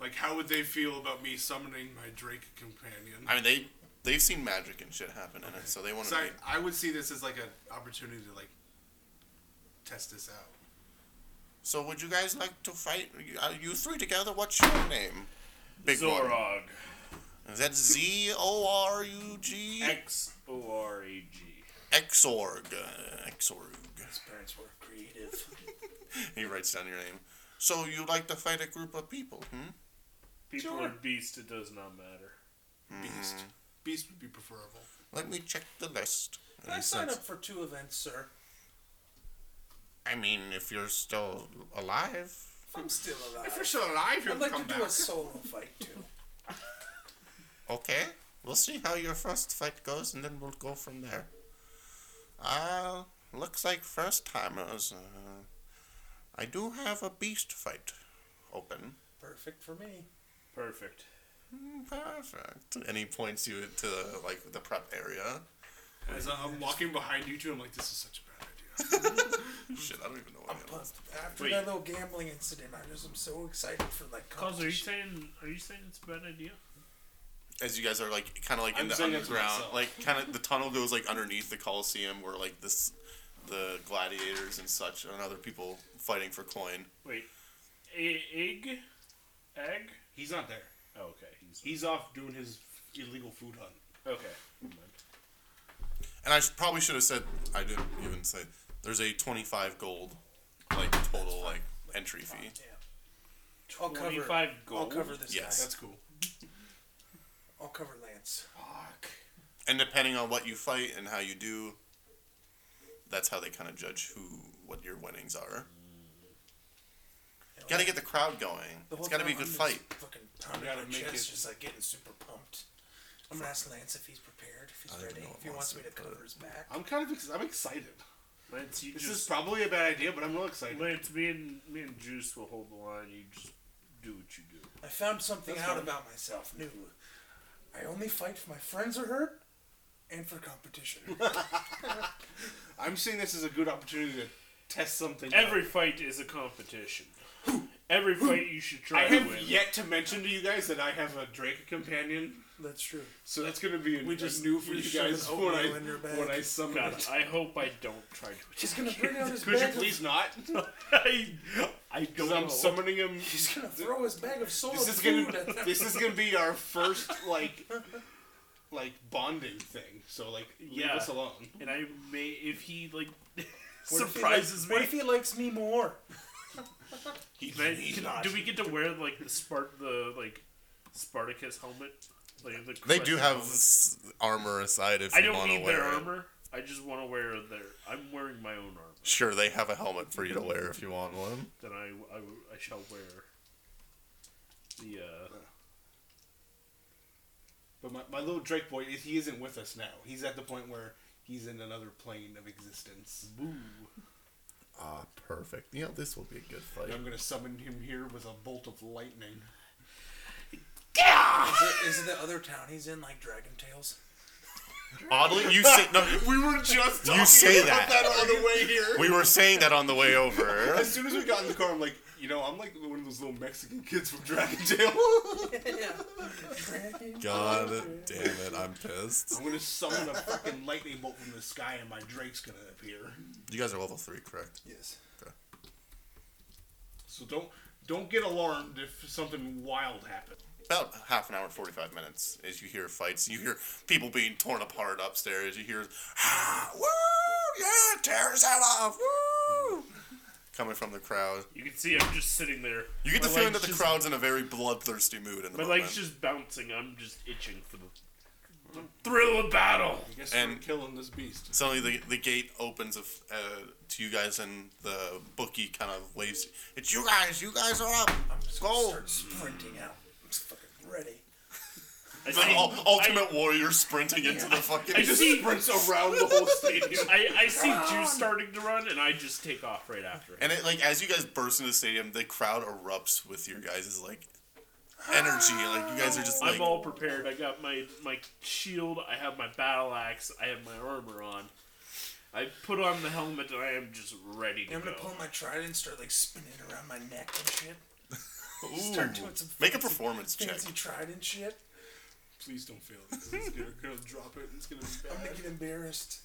[SPEAKER 9] Like, how would they feel about me summoning my Drake companion?
[SPEAKER 3] I mean they they've seen magic and shit happen in it, so they want to.
[SPEAKER 9] So I, I would see this as like an opportunity to like test this out.
[SPEAKER 3] So would you guys like to fight? Are you three together? What's your name? Big one.
[SPEAKER 6] Zorog.
[SPEAKER 3] Is that Z O R U G?
[SPEAKER 6] X O R A G.
[SPEAKER 3] Xorg. Uh, Xorg.
[SPEAKER 2] His parents were creative.
[SPEAKER 3] He writes down your name. So you like to fight a group of people, hmm?
[SPEAKER 6] People
[SPEAKER 9] Sure.
[SPEAKER 6] are beast. It does not matter.
[SPEAKER 9] Beast. Beast would be preferable.
[SPEAKER 3] Let me check the list.
[SPEAKER 2] Can I
[SPEAKER 3] He
[SPEAKER 2] sign
[SPEAKER 3] says,
[SPEAKER 2] up for two events, sir?
[SPEAKER 3] I mean, if you're still alive.
[SPEAKER 2] If I'm still alive.
[SPEAKER 9] If you're still alive, you'll
[SPEAKER 2] I'd like
[SPEAKER 9] come
[SPEAKER 2] to do
[SPEAKER 9] back.
[SPEAKER 2] a solo fight too.
[SPEAKER 3] Okay, we'll see how your first fight goes, and then we'll go from there. Ah, looks like first timers. Uh, I do have a beast fight open. Mm,
[SPEAKER 2] Perfect for me.
[SPEAKER 6] Perfect.
[SPEAKER 3] Perfect. And he points you to like the prep area.
[SPEAKER 7] As I- I'm walking behind you two, I'm like, this is such a bad idea.
[SPEAKER 3] Shit, I don't even know what it is.
[SPEAKER 2] Plus, after
[SPEAKER 6] Wait.
[SPEAKER 2] that little gambling incident, I just am so excited for like
[SPEAKER 6] Calls, are you
[SPEAKER 2] competition.
[SPEAKER 6] saying are you saying it's a bad idea?
[SPEAKER 3] As you guys are like kind of like in
[SPEAKER 7] I'm
[SPEAKER 3] the
[SPEAKER 7] saying it to
[SPEAKER 3] underground,
[SPEAKER 7] myself.
[SPEAKER 3] like kind of the tunnel goes like underneath the Coliseum where like this, the gladiators and such and other people fighting for coin.
[SPEAKER 6] Wait, e- egg, egg.
[SPEAKER 7] He's not there.
[SPEAKER 6] Oh, okay, he's
[SPEAKER 7] He's off doing his illegal food hunt.
[SPEAKER 6] okay. Never mind.
[SPEAKER 3] And I sh- probably should have said I didn't even say there's a 25 gold like total like entry fee.
[SPEAKER 2] I'll cover.
[SPEAKER 6] Twenty-five gold.
[SPEAKER 2] I'll cover this
[SPEAKER 3] Yes.
[SPEAKER 2] guy.
[SPEAKER 7] That's cool.
[SPEAKER 2] I'll cover Lance.
[SPEAKER 7] Fuck.
[SPEAKER 3] And depending on what you fight and how you do, that's how they kind of judge who what your winnings are. Got to get the crowd going.
[SPEAKER 2] The
[SPEAKER 3] It's
[SPEAKER 2] whole
[SPEAKER 3] got to be a
[SPEAKER 2] time
[SPEAKER 3] good
[SPEAKER 2] I'm
[SPEAKER 3] fight.
[SPEAKER 2] Just fucking pounding
[SPEAKER 7] gotta
[SPEAKER 2] my
[SPEAKER 7] make
[SPEAKER 2] chest,
[SPEAKER 7] it-
[SPEAKER 2] just like getting super pumped. I'm gonna ask Lance if he's prepared, if
[SPEAKER 3] I
[SPEAKER 2] he's
[SPEAKER 3] don't
[SPEAKER 2] ready,
[SPEAKER 3] know
[SPEAKER 2] if he
[SPEAKER 3] what
[SPEAKER 2] wants me
[SPEAKER 3] Lance
[SPEAKER 2] to
[SPEAKER 3] said,
[SPEAKER 2] cover
[SPEAKER 3] but-
[SPEAKER 2] his back.
[SPEAKER 7] I'm kind of ex- I'm excited.
[SPEAKER 6] Lance, you
[SPEAKER 7] This
[SPEAKER 6] just
[SPEAKER 7] is probably a bad idea, but I'm real excited.
[SPEAKER 6] Lance. Me and me and Juice will hold the line. You just do what you do.
[SPEAKER 2] I found something
[SPEAKER 7] That's
[SPEAKER 2] out
[SPEAKER 7] fine.
[SPEAKER 2] about myself new. I only fight if my friends are hurt and for competition.
[SPEAKER 7] I'm seeing this as a good opportunity to test something.
[SPEAKER 6] Every
[SPEAKER 7] out.
[SPEAKER 6] fight is a competition. Every fight you should
[SPEAKER 7] I
[SPEAKER 6] try to win.
[SPEAKER 7] have yet to mention to you guys that I have a Drake companion,
[SPEAKER 2] That's true.
[SPEAKER 7] so that's gonna be a,
[SPEAKER 2] We
[SPEAKER 7] a
[SPEAKER 2] just-
[SPEAKER 7] new for
[SPEAKER 2] we
[SPEAKER 7] you
[SPEAKER 2] just shove
[SPEAKER 7] guys
[SPEAKER 2] an
[SPEAKER 7] when I
[SPEAKER 2] oatmeal in your bag.
[SPEAKER 7] when I summon.
[SPEAKER 6] God,
[SPEAKER 7] it.
[SPEAKER 6] I hope I don't try to.
[SPEAKER 2] He's gonna bring out his
[SPEAKER 7] Could you
[SPEAKER 2] bag.
[SPEAKER 7] please not?
[SPEAKER 6] attack- I, I don't
[SPEAKER 7] Because I'm
[SPEAKER 6] know.
[SPEAKER 7] summoning him.
[SPEAKER 2] Of, he's gonna throw his bag of soul
[SPEAKER 7] This is
[SPEAKER 2] food
[SPEAKER 7] gonna
[SPEAKER 2] at them.
[SPEAKER 7] this is gonna be our first like like bonding thing. So like leave
[SPEAKER 6] Yeah.
[SPEAKER 7] us alone.
[SPEAKER 6] and I may if he like
[SPEAKER 2] What if he
[SPEAKER 6] surprises
[SPEAKER 2] likes-
[SPEAKER 6] me.
[SPEAKER 2] What if he likes me more?
[SPEAKER 6] Man, can- do we get to wear like the Spart the like Spartacus helmet? Like the
[SPEAKER 3] They do
[SPEAKER 6] crescent
[SPEAKER 3] have
[SPEAKER 6] helmet?
[SPEAKER 3] s- armor aside if
[SPEAKER 6] I
[SPEAKER 3] you
[SPEAKER 6] don't
[SPEAKER 3] want to
[SPEAKER 6] need their
[SPEAKER 3] wear it.
[SPEAKER 6] armor. I just want to wear their. I'm wearing my own armor.
[SPEAKER 3] Sure, they have a helmet for you to wear if you want one.
[SPEAKER 6] Then I, I, I shall wear the. uh
[SPEAKER 7] But my, my little Drake boy, he isn't with us now. He's at the point where he's in another plane of existence.
[SPEAKER 3] Ah, perfect. Yeah, this will be a good fight.
[SPEAKER 7] And I'm gonna summon him here with a bolt of lightning.
[SPEAKER 2] Is it, is it the other town he's in, like Dragon Tales?
[SPEAKER 3] Oddly, you say no.
[SPEAKER 7] We were just
[SPEAKER 3] You say
[SPEAKER 7] about that
[SPEAKER 3] that.
[SPEAKER 7] on the way here.
[SPEAKER 3] We were saying that on the way over.
[SPEAKER 7] as soon as we got in the car, I'm like, you know, I'm like one of those little Mexican kids from Dragon Tail.
[SPEAKER 3] God damn it, I'm pissed.
[SPEAKER 7] I'm gonna summon a fucking lightning bolt from the sky, and my Drake's gonna appear.
[SPEAKER 3] You guys are level three, correct?
[SPEAKER 2] Yes.
[SPEAKER 7] So don't don't get alarmed if something wild happens.
[SPEAKER 3] about half an hour, 45 minutes, as you hear fights. You hear people being torn apart upstairs. You hear, ah, woo, yeah, tear his head off, woo, coming from the crowd.
[SPEAKER 6] You can see I'm just sitting there.
[SPEAKER 3] You get
[SPEAKER 6] My
[SPEAKER 3] the feeling that
[SPEAKER 6] legs
[SPEAKER 3] the
[SPEAKER 6] just-
[SPEAKER 3] crowd's in a very bloodthirsty mood in the
[SPEAKER 6] My
[SPEAKER 7] Oh,
[SPEAKER 3] moment.
[SPEAKER 6] legs just bouncing. I'm just itching for the, the thrill of battle.
[SPEAKER 7] I guess we're
[SPEAKER 3] And-
[SPEAKER 7] killing this beast.
[SPEAKER 3] Suddenly, the, the gate opens of, uh, to you guys, and the bookie kind of waves. It's you guys, you guys are up.
[SPEAKER 2] I'm just gonna
[SPEAKER 3] Go.
[SPEAKER 2] start sprinting out. I'm just fucking ready.
[SPEAKER 3] The
[SPEAKER 6] I see,
[SPEAKER 7] oh,
[SPEAKER 3] ul- ultimate warrior sprinting into the fucking.
[SPEAKER 6] I see,
[SPEAKER 7] Sprints around the whole stadium.
[SPEAKER 6] I, I see Juice starting to run, and I just take off right after him.
[SPEAKER 3] And it, like as you guys burst into the stadium, the crowd erupts with your guys' like energy. Like you guys are just like
[SPEAKER 6] I'm all prepared. I got my my shield. I have my battle axe. I have my armor on. I put on the helmet, and I am just ready to
[SPEAKER 2] I'm
[SPEAKER 6] go.
[SPEAKER 2] gonna pull my trident and start like spinning it around my neck and shit.
[SPEAKER 3] Ooh.
[SPEAKER 2] Start doing some
[SPEAKER 3] Make a
[SPEAKER 2] fancy-
[SPEAKER 3] performance check.
[SPEAKER 2] Fancy trident shit.
[SPEAKER 7] Please don't fail. This is gonna, gonna drop it. and It's gonna be
[SPEAKER 2] I'm
[SPEAKER 7] bad.
[SPEAKER 2] gonna get embarrassed.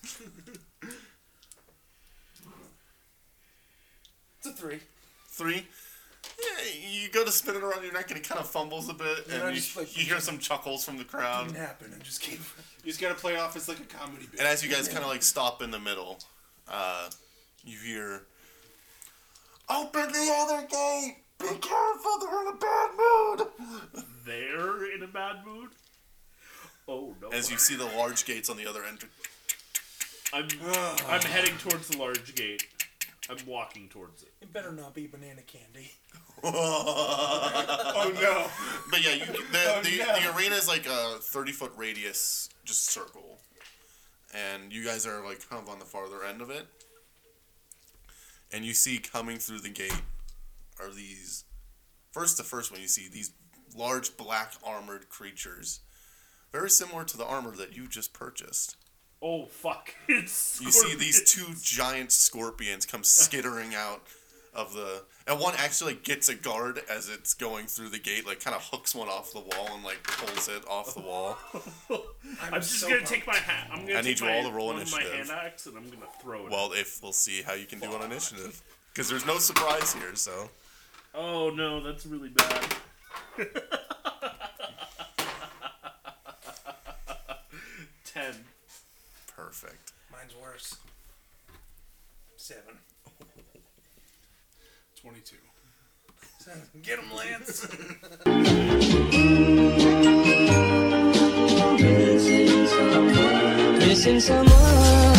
[SPEAKER 2] it's a three.
[SPEAKER 3] Three. Yeah, you go to spin it around your neck and it kind of fumbles a bit,
[SPEAKER 2] I
[SPEAKER 3] and you,
[SPEAKER 2] just, like-
[SPEAKER 3] you hear some chuckles from the crowd.
[SPEAKER 2] Didn't happen. I just keep.
[SPEAKER 7] You just gotta play off as like a comedy bit.
[SPEAKER 3] And as you guys kind of like stop in the middle, uh, you hear, "Open the other gate! Be careful! They're in a bad mood."
[SPEAKER 6] They're in a bad mood. Oh no!
[SPEAKER 3] As you see the large gates on the other end,
[SPEAKER 6] I'm I'm heading towards the large gate. I'm walking towards it.
[SPEAKER 2] It better not be banana candy.
[SPEAKER 3] oh
[SPEAKER 9] no.
[SPEAKER 3] But yeah, you, the,
[SPEAKER 9] Oh,
[SPEAKER 3] the,
[SPEAKER 9] no.
[SPEAKER 3] the arena is like a 30 foot radius, just circle. And you guys are like kind of on the farther end of it. And you see coming through the gate are these. First, the first one you see, these large black armored creatures. Very similar to the armor that you just purchased.
[SPEAKER 6] Oh fuck! It's
[SPEAKER 3] You see
[SPEAKER 6] scorpion.
[SPEAKER 3] these two giant scorpions come skittering out of the, and one actually gets a guard as it's going through the gate, like kind of hooks one off the wall and like pulls it off the wall.
[SPEAKER 6] I'm, just
[SPEAKER 2] so
[SPEAKER 6] gonna take my hat. I'm gonna
[SPEAKER 3] I need
[SPEAKER 6] take
[SPEAKER 3] you
[SPEAKER 6] my,
[SPEAKER 3] all to roll
[SPEAKER 6] one of my
[SPEAKER 3] initiative.
[SPEAKER 6] hand axe and I'm gonna throw it.
[SPEAKER 3] Well, if we'll see how you can do on initiative, because there's no surprise here. So
[SPEAKER 6] oh no, that's really bad. Ten.
[SPEAKER 3] perfect.
[SPEAKER 2] Mine's worse. Seven.
[SPEAKER 9] 22.
[SPEAKER 2] Seven. Get him, Lance.
[SPEAKER 11] Missing someone.